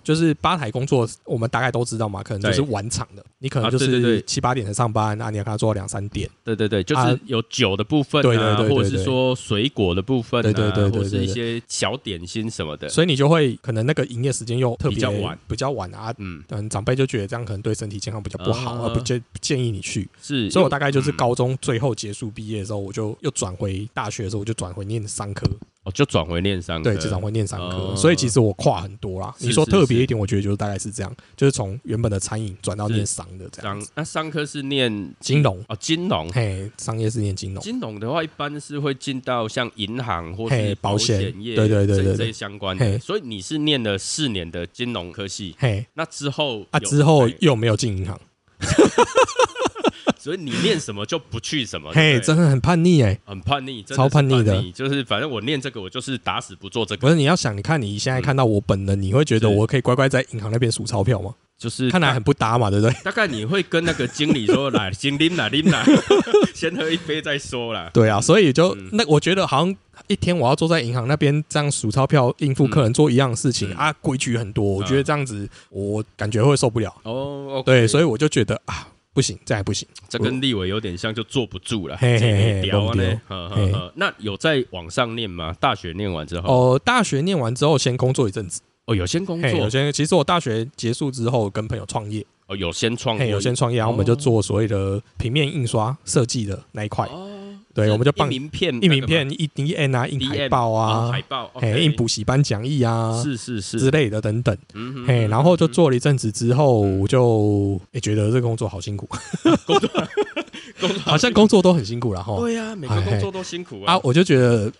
[SPEAKER 2] 就是吧台工作，我们大概都知道嘛，可能就是
[SPEAKER 1] 对
[SPEAKER 2] 晚场的，你可能
[SPEAKER 1] 啊
[SPEAKER 2] 就
[SPEAKER 1] 对对
[SPEAKER 2] 是
[SPEAKER 1] 对
[SPEAKER 2] 七八点才上班，啊，你要跟他做到两三点。
[SPEAKER 1] 对对对，就
[SPEAKER 2] 啊
[SPEAKER 1] 是有酒的部分、啊，
[SPEAKER 2] 对对对对
[SPEAKER 1] 或者是说水果的部分、啊，
[SPEAKER 2] 对对对对对
[SPEAKER 1] 或者是一些小点心什么的。
[SPEAKER 2] 所以你就会可能那个营业时间又特别
[SPEAKER 1] 比较晚，
[SPEAKER 2] 比较晚啊。
[SPEAKER 1] 嗯，
[SPEAKER 2] 嗯，长辈就觉得这样可能对身体健康比较不好，
[SPEAKER 1] 啊
[SPEAKER 2] 而不建不建议你去。
[SPEAKER 1] 是，
[SPEAKER 2] 所以我大概
[SPEAKER 1] 嗯
[SPEAKER 2] 就是高中最后结束毕业的时候，我就又转回大学的时候，我就转回念商科，
[SPEAKER 1] 哦，就转回念商科，
[SPEAKER 2] 对，就转回念商科。
[SPEAKER 1] 哦
[SPEAKER 2] 所以其实我跨很多啦。
[SPEAKER 1] 是
[SPEAKER 2] 你说
[SPEAKER 1] 是
[SPEAKER 2] 特别一点，我觉得就是大概是这样，就是从原本的餐饮转到念商的这样
[SPEAKER 1] 商
[SPEAKER 2] 子。
[SPEAKER 1] 那商科是念
[SPEAKER 2] 金融，
[SPEAKER 1] 哦金融，
[SPEAKER 2] 嘿，商业是念金融，
[SPEAKER 1] 金融的话一般是会进到像银行或
[SPEAKER 2] 嘿
[SPEAKER 1] 是
[SPEAKER 2] 保险
[SPEAKER 1] 业，
[SPEAKER 2] 对对对
[SPEAKER 1] 这
[SPEAKER 2] 对对
[SPEAKER 1] 这些相关的。
[SPEAKER 2] 嘿
[SPEAKER 1] 所以你是念了四年的金融科系，
[SPEAKER 2] 嘿。
[SPEAKER 1] 那之后有哎
[SPEAKER 2] 啊，
[SPEAKER 1] 哦
[SPEAKER 2] 之后
[SPEAKER 1] 对
[SPEAKER 2] 又没有进银行，
[SPEAKER 1] 所以你念什么就不去什么，对 不
[SPEAKER 2] 嘿，
[SPEAKER 1] 对
[SPEAKER 2] 真的很叛逆哎、
[SPEAKER 1] 很叛逆，真的是
[SPEAKER 2] 超叛逆的
[SPEAKER 1] 逆就是反正我念这个，我就是打死不做这个，
[SPEAKER 2] 不是，你要想，你看你现在看到我本人，你会觉得
[SPEAKER 1] 是
[SPEAKER 2] 我可以乖乖在银行那边数钞票吗？
[SPEAKER 1] 就是
[SPEAKER 2] 看来很不搭嘛，对不对？
[SPEAKER 1] 大概你会跟那个经理说，来，先拎啦，拎啦， 先喝一杯再说啦。
[SPEAKER 2] 对啊，所以就
[SPEAKER 1] 嗯
[SPEAKER 2] 那我觉得好像一天我要坐在银行那边这样数钞票，应付客人做一样的事情
[SPEAKER 1] 嗯
[SPEAKER 2] 啊，规矩很多，我觉得这样子我感觉会受不了。
[SPEAKER 1] 哦，
[SPEAKER 2] 对，所
[SPEAKER 1] 以
[SPEAKER 2] 以我就觉得啊，不行，这还不行。
[SPEAKER 1] 这跟立伟有点像，就坐不住了，
[SPEAKER 2] 嘿嘿嘿
[SPEAKER 1] 聊啊
[SPEAKER 2] 弄丢
[SPEAKER 1] 呢。呵呵呵那有在网上念吗？大学念完之后，
[SPEAKER 2] 哦，大学念完之后先工作一阵子，
[SPEAKER 1] 哦，有先工
[SPEAKER 2] 嘿，有
[SPEAKER 1] 作，
[SPEAKER 2] 些其实我大学结束之后跟朋友创业，
[SPEAKER 1] 哦，有先创过，
[SPEAKER 2] 嘿，有先创业，然后我们就做所谓的平面印刷设计的那一块，
[SPEAKER 1] 哦，
[SPEAKER 2] 对，我们就
[SPEAKER 1] 印
[SPEAKER 2] 办
[SPEAKER 1] 名片，
[SPEAKER 2] 印名片、印 D N 啊、印
[SPEAKER 1] DM
[SPEAKER 2] 海报
[SPEAKER 1] 啊，
[SPEAKER 2] 啊
[SPEAKER 1] 海，报，
[SPEAKER 2] 嘿，
[SPEAKER 1] OK
[SPEAKER 2] 印补习班讲义啊
[SPEAKER 1] 是是
[SPEAKER 2] 之
[SPEAKER 1] 是，
[SPEAKER 2] 类的等等。
[SPEAKER 1] 嗯哼
[SPEAKER 2] 嘿，然后就
[SPEAKER 1] 嗯
[SPEAKER 2] 做了一阵子之后，我就也觉得这工作好 辛苦，
[SPEAKER 1] 工作
[SPEAKER 2] 好像工作都很辛苦了哈。
[SPEAKER 1] 对呀，每个工作都辛苦
[SPEAKER 2] 啊，我就觉得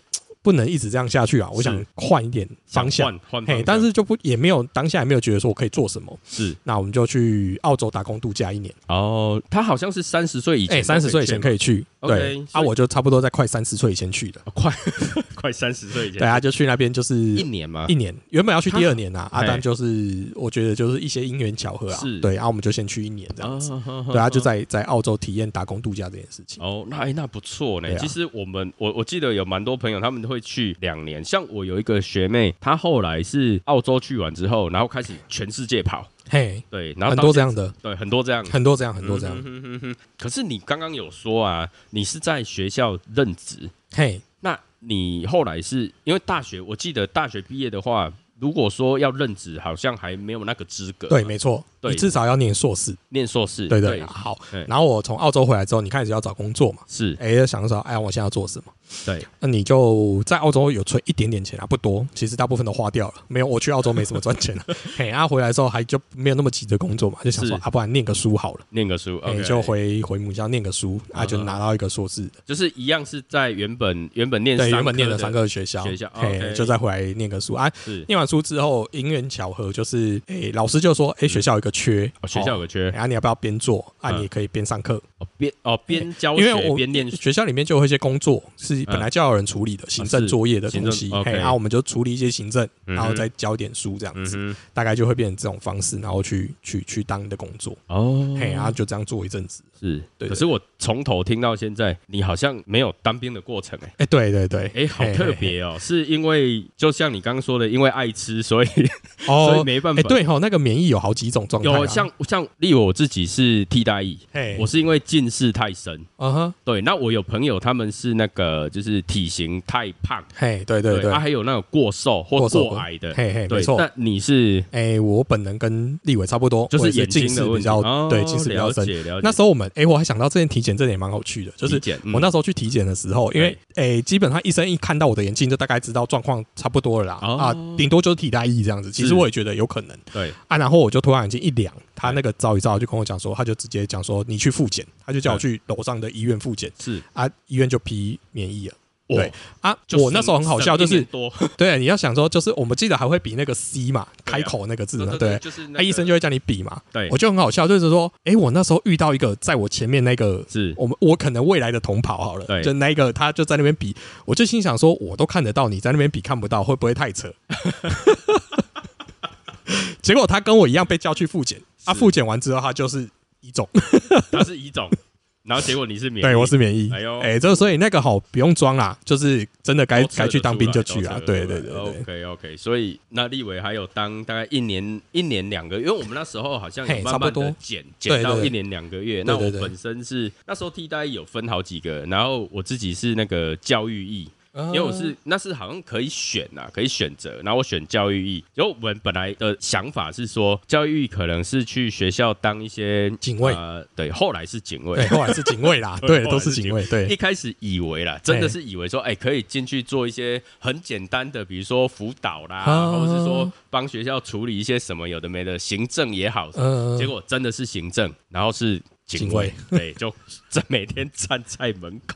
[SPEAKER 2] 不能一直这样下去啊，我想
[SPEAKER 1] 是
[SPEAKER 2] 换一点方向。
[SPEAKER 1] 想换换方
[SPEAKER 2] 嘿，
[SPEAKER 1] 向，
[SPEAKER 2] 但是就不也没有当下也没有觉得说我可以做什么，
[SPEAKER 1] 是
[SPEAKER 2] 那我们就去澳洲打工度假一年。
[SPEAKER 1] 哦，他好像是三十岁以前都可
[SPEAKER 2] 哎，
[SPEAKER 1] 以去吗，
[SPEAKER 2] 三十岁以前可以去，
[SPEAKER 1] OK，
[SPEAKER 2] 对，啊，
[SPEAKER 1] 所以
[SPEAKER 2] 我就差不多在快三十岁以前去的，
[SPEAKER 1] 哦快 快三十岁以前，
[SPEAKER 2] 对啊，就去那边就是
[SPEAKER 1] 一年嘛
[SPEAKER 2] 一，年，原本要去第二年啊，
[SPEAKER 1] 他
[SPEAKER 2] 啊，但就是我觉得就是一些因缘巧合啊
[SPEAKER 1] 是，
[SPEAKER 2] 对，啊，我们就先去一年这样子，
[SPEAKER 1] 哦
[SPEAKER 2] 对啊，就。在在澳洲体验打工度假这件事情。
[SPEAKER 1] 哦，那哎、那不错呢。
[SPEAKER 2] 对啊
[SPEAKER 1] 其实我们我我记得有蛮多朋友他们会去两年，像我有一个学妹，她后来是澳洲去完之后，然后开始全世界跑，
[SPEAKER 2] 嘿，
[SPEAKER 1] 对，然后
[SPEAKER 2] 很
[SPEAKER 1] 到
[SPEAKER 2] 多这样的，
[SPEAKER 1] 对很多这样，
[SPEAKER 2] 很多这样，很多这样。
[SPEAKER 1] 嗯哼哼哼哼可是你刚刚有说啊，你是在学校任职，
[SPEAKER 2] 嘿，
[SPEAKER 1] 那你后来是因为大学，我记得大学毕业的话，如果说要任职，好像还没有那个资格，
[SPEAKER 2] 对，没错，
[SPEAKER 1] 对
[SPEAKER 2] 你至少要念硕士，
[SPEAKER 1] 念硕士，
[SPEAKER 2] 对对，好
[SPEAKER 1] 对。
[SPEAKER 2] 然后我从澳洲回来之后，你开始要找工作嘛？
[SPEAKER 1] 是，
[SPEAKER 2] 哎，想说，哎，我现在要做什么？
[SPEAKER 1] 对，
[SPEAKER 2] 那你就在澳洲有存一点点钱啊，不多，其实大部分都花掉了。没有，我去澳洲没什么赚 钱啊。嘿，啊，回来之后还就没有那么急着工作嘛，就想说，
[SPEAKER 1] 是
[SPEAKER 2] 啊，不然念个书好了，
[SPEAKER 1] 念个书
[SPEAKER 2] 哎，
[SPEAKER 1] ，OK，
[SPEAKER 2] 就回回母校念个书，啊，就
[SPEAKER 1] 嗯
[SPEAKER 2] 拿到一个硕士的，
[SPEAKER 1] 就是一样是在原本原本念
[SPEAKER 2] 对，
[SPEAKER 1] 商
[SPEAKER 2] 原本念
[SPEAKER 1] 科
[SPEAKER 2] 了三个学校，
[SPEAKER 1] 学校
[SPEAKER 2] 嘿，
[SPEAKER 1] OK
[SPEAKER 2] 就再回来念个书啊，
[SPEAKER 1] 是
[SPEAKER 2] 念完书之后，因缘巧合，就是诶、老师就说，诶、学校有个缺，
[SPEAKER 1] 嗯哦学校有
[SPEAKER 2] 哦
[SPEAKER 1] 个缺
[SPEAKER 2] 然后、你要不要边做啊？
[SPEAKER 1] 嗯
[SPEAKER 2] 你也可以边上课，
[SPEAKER 1] 哦边哦边教
[SPEAKER 2] 哎因为
[SPEAKER 1] 学
[SPEAKER 2] 我
[SPEAKER 1] 边练书嗯啊
[SPEAKER 2] 学校里面就有一些工作是本来就要有人处理的、行政作业的东
[SPEAKER 1] 行
[SPEAKER 2] 西，
[SPEAKER 1] 政
[SPEAKER 2] 嘿，
[SPEAKER 1] OK
[SPEAKER 2] 然后我们就处理一些行政，
[SPEAKER 1] 嗯哼
[SPEAKER 2] 然后再教点书这样
[SPEAKER 1] 嗯
[SPEAKER 2] 子，
[SPEAKER 1] 哼，
[SPEAKER 2] 大概就会变成这种方式，然后去去去当你的工作，
[SPEAKER 1] 哦，
[SPEAKER 2] 哎嘿，然后就这样做一阵子。
[SPEAKER 1] 是，
[SPEAKER 2] 对
[SPEAKER 1] 可是我从头听到现在，你好像没有当兵的过程哎、
[SPEAKER 2] 哎，对对对，
[SPEAKER 1] 哎、好
[SPEAKER 2] 嘿
[SPEAKER 1] 特
[SPEAKER 2] 嘿
[SPEAKER 1] 别哦、是因为就像你刚刚说的，因为爱吃，所以、
[SPEAKER 2] 嘿
[SPEAKER 1] 所以
[SPEAKER 2] 哦，
[SPEAKER 1] 没办法。
[SPEAKER 2] 哎，，对吼，那个免疫有好几种状态啊，
[SPEAKER 1] 有像像例如我自己是替代役，
[SPEAKER 2] 嘿，
[SPEAKER 1] 我是因为近视太深。
[SPEAKER 2] 嗯哼，
[SPEAKER 1] 对，那我有朋友他们是那个就是体型太胖，
[SPEAKER 2] 嘿，对对对
[SPEAKER 1] 啊，，还有那种过瘦或
[SPEAKER 2] 过瘦
[SPEAKER 1] 过矮的，
[SPEAKER 2] 嘿嘿，
[SPEAKER 1] 对
[SPEAKER 2] 没，错。
[SPEAKER 1] 那你是
[SPEAKER 2] 哎，我本人跟立伟差不多，
[SPEAKER 1] 就
[SPEAKER 2] 我也
[SPEAKER 1] 眼
[SPEAKER 2] 近
[SPEAKER 1] 睛
[SPEAKER 2] 视
[SPEAKER 1] 的问
[SPEAKER 2] 比
[SPEAKER 1] 题，
[SPEAKER 2] 较
[SPEAKER 1] 哦、
[SPEAKER 2] 对近视比较
[SPEAKER 1] 了
[SPEAKER 2] 深，
[SPEAKER 1] 解了解。
[SPEAKER 2] 那时候我们，哎、我还想到这件体检，这点也蛮有趣的，就是
[SPEAKER 1] 体检嗯
[SPEAKER 2] 我那时候去体检的时候，因为
[SPEAKER 1] 对，
[SPEAKER 2] 哎、基本上医生一看到我的眼镜，就大概知道状况差不多了啦，
[SPEAKER 1] 哦
[SPEAKER 2] 啊，顶多就是替代役这样子。其实
[SPEAKER 1] 是
[SPEAKER 2] 我也觉得有可能
[SPEAKER 1] 对，
[SPEAKER 2] 啊，然后我就突然眼睛一量，他那个照一照，就跟我讲说，他就直接讲说你去复检，他就叫我去楼上的医院复检
[SPEAKER 1] 是
[SPEAKER 2] 啊，医院就批免疫了。
[SPEAKER 1] 哦
[SPEAKER 2] 对啊，
[SPEAKER 1] 就
[SPEAKER 2] 我那时候很好笑，就
[SPEAKER 1] 省一
[SPEAKER 2] 是
[SPEAKER 1] 年多
[SPEAKER 2] 对，你要想说，就是我们记得还会比那个 C 嘛，开口那个字 嘛，对，
[SPEAKER 1] 就是那
[SPEAKER 2] 啊，医生
[SPEAKER 1] 就
[SPEAKER 2] 就会叫你比嘛，
[SPEAKER 1] 对
[SPEAKER 2] 我，就很好笑，就是说，哎、我那时候遇到一个在我前面那个，
[SPEAKER 1] 是
[SPEAKER 2] 我们我可能未来的同跑好
[SPEAKER 1] 对
[SPEAKER 2] 了，就那一个他就在那边比，我就心想说，我都看得到，你在那边比看不到，会不会 太扯？结果他跟我一样被叫去复检，啊，
[SPEAKER 1] 是
[SPEAKER 2] 复检完之后他就是一种，
[SPEAKER 1] 他是乙种，然后结果你是免疫，
[SPEAKER 2] 对我是免疫，
[SPEAKER 1] 哎呦
[SPEAKER 2] 哎、这所以那个好不用装啦，就是真的该
[SPEAKER 1] 都测
[SPEAKER 2] 该
[SPEAKER 1] 得
[SPEAKER 2] 去当兵就
[SPEAKER 1] 出
[SPEAKER 2] 去
[SPEAKER 1] 来都，
[SPEAKER 2] 啊
[SPEAKER 1] 测
[SPEAKER 2] 对
[SPEAKER 1] 得
[SPEAKER 2] 对
[SPEAKER 1] 出
[SPEAKER 2] 对
[SPEAKER 1] 来哦
[SPEAKER 2] 对，
[SPEAKER 1] OK OK，所以那立伟还有当大概一年一年两个，因为我们那时候好像有
[SPEAKER 2] 嘿
[SPEAKER 1] 慢
[SPEAKER 2] 差
[SPEAKER 1] 慢
[SPEAKER 2] 不
[SPEAKER 1] 的
[SPEAKER 2] 多
[SPEAKER 1] 减
[SPEAKER 2] 对
[SPEAKER 1] 减到
[SPEAKER 2] 对
[SPEAKER 1] 一年两个月。
[SPEAKER 2] 对
[SPEAKER 1] 那
[SPEAKER 2] 对
[SPEAKER 1] 我
[SPEAKER 2] 对
[SPEAKER 1] 本身是那时候替代役有分好几个，然后我自己是那个教育役，
[SPEAKER 2] 哦
[SPEAKER 1] 因为我是那是好像可以选啊，可以选择，然后我选教育役。然后我们本来的想法是说，教育役可能是去学校当一些
[SPEAKER 2] 警卫
[SPEAKER 1] 呃，对，后来是警卫
[SPEAKER 2] 对，。后来是警卫啦，
[SPEAKER 1] 对
[SPEAKER 2] 对，
[SPEAKER 1] 后
[SPEAKER 2] 都
[SPEAKER 1] 来
[SPEAKER 2] 是
[SPEAKER 1] 是警哎
[SPEAKER 2] 警卫，
[SPEAKER 1] 一
[SPEAKER 2] 对，
[SPEAKER 1] 开始以为啦，真的是以为说，哎、可以进去做一些很简单的，比如说辅导啦，
[SPEAKER 2] 啊
[SPEAKER 1] 或者是说帮学校处理一些什么有的没的行政也好，
[SPEAKER 2] 嗯、
[SPEAKER 1] 结果真的是行政，然后是警卫， 对，就这每天站在门 口，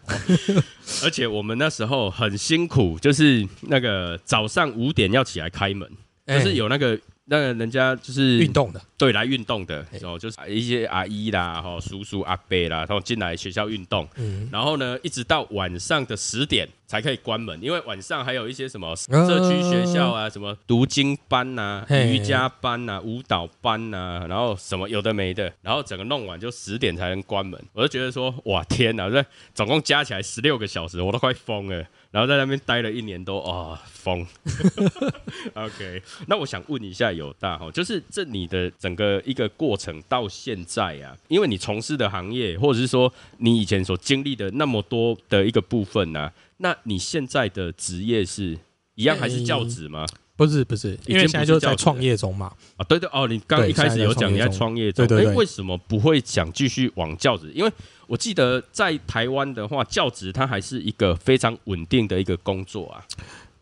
[SPEAKER 1] 而且我们那时候很辛苦，就是那个早上五点要起来开门，就
[SPEAKER 2] 哎
[SPEAKER 1] 是有那个。那个人家就是
[SPEAKER 2] 运动的，
[SPEAKER 1] 对来运动的
[SPEAKER 2] 嘿，
[SPEAKER 1] 然后就是一些阿姨啦、哈叔叔阿伯啦，然后进来学校运动，
[SPEAKER 2] 嗯。
[SPEAKER 1] 然后呢，一直到晚上的十点才可以关门，因为晚上还有一些什
[SPEAKER 2] 啊
[SPEAKER 1] 么社区学校啊、什么读经班呐、
[SPEAKER 2] 嘿
[SPEAKER 1] 瑜伽班呐、舞蹈班呐、然后什么有的没的，然后整个弄完就十点才能关门。我就觉得说，哇天哪，这总共加起来十六个小时，我都快疯了。然后在那边待了一年多，哦，疯。OK，那我想问一下有大哈，就是这你的整个一个过程到现在啊，因为你从事的行业，或者是说你以前所经历的那么多的一个部分呢、那你现在的职业是一样还是教职吗？
[SPEAKER 2] 不是不是，因为
[SPEAKER 1] 经
[SPEAKER 2] 现在
[SPEAKER 1] 不
[SPEAKER 2] 就是在
[SPEAKER 1] 教职
[SPEAKER 2] 创
[SPEAKER 1] 了
[SPEAKER 2] 业中嘛。
[SPEAKER 1] 啊，对对哦，你刚
[SPEAKER 2] 对
[SPEAKER 1] 一开始有讲你在
[SPEAKER 2] 现在在
[SPEAKER 1] 创业中，
[SPEAKER 2] 中对对对
[SPEAKER 1] 诶为什么不会想继续往教职？因为我记得在台湾的话，教职它还是一个非常稳定的一个工作啊。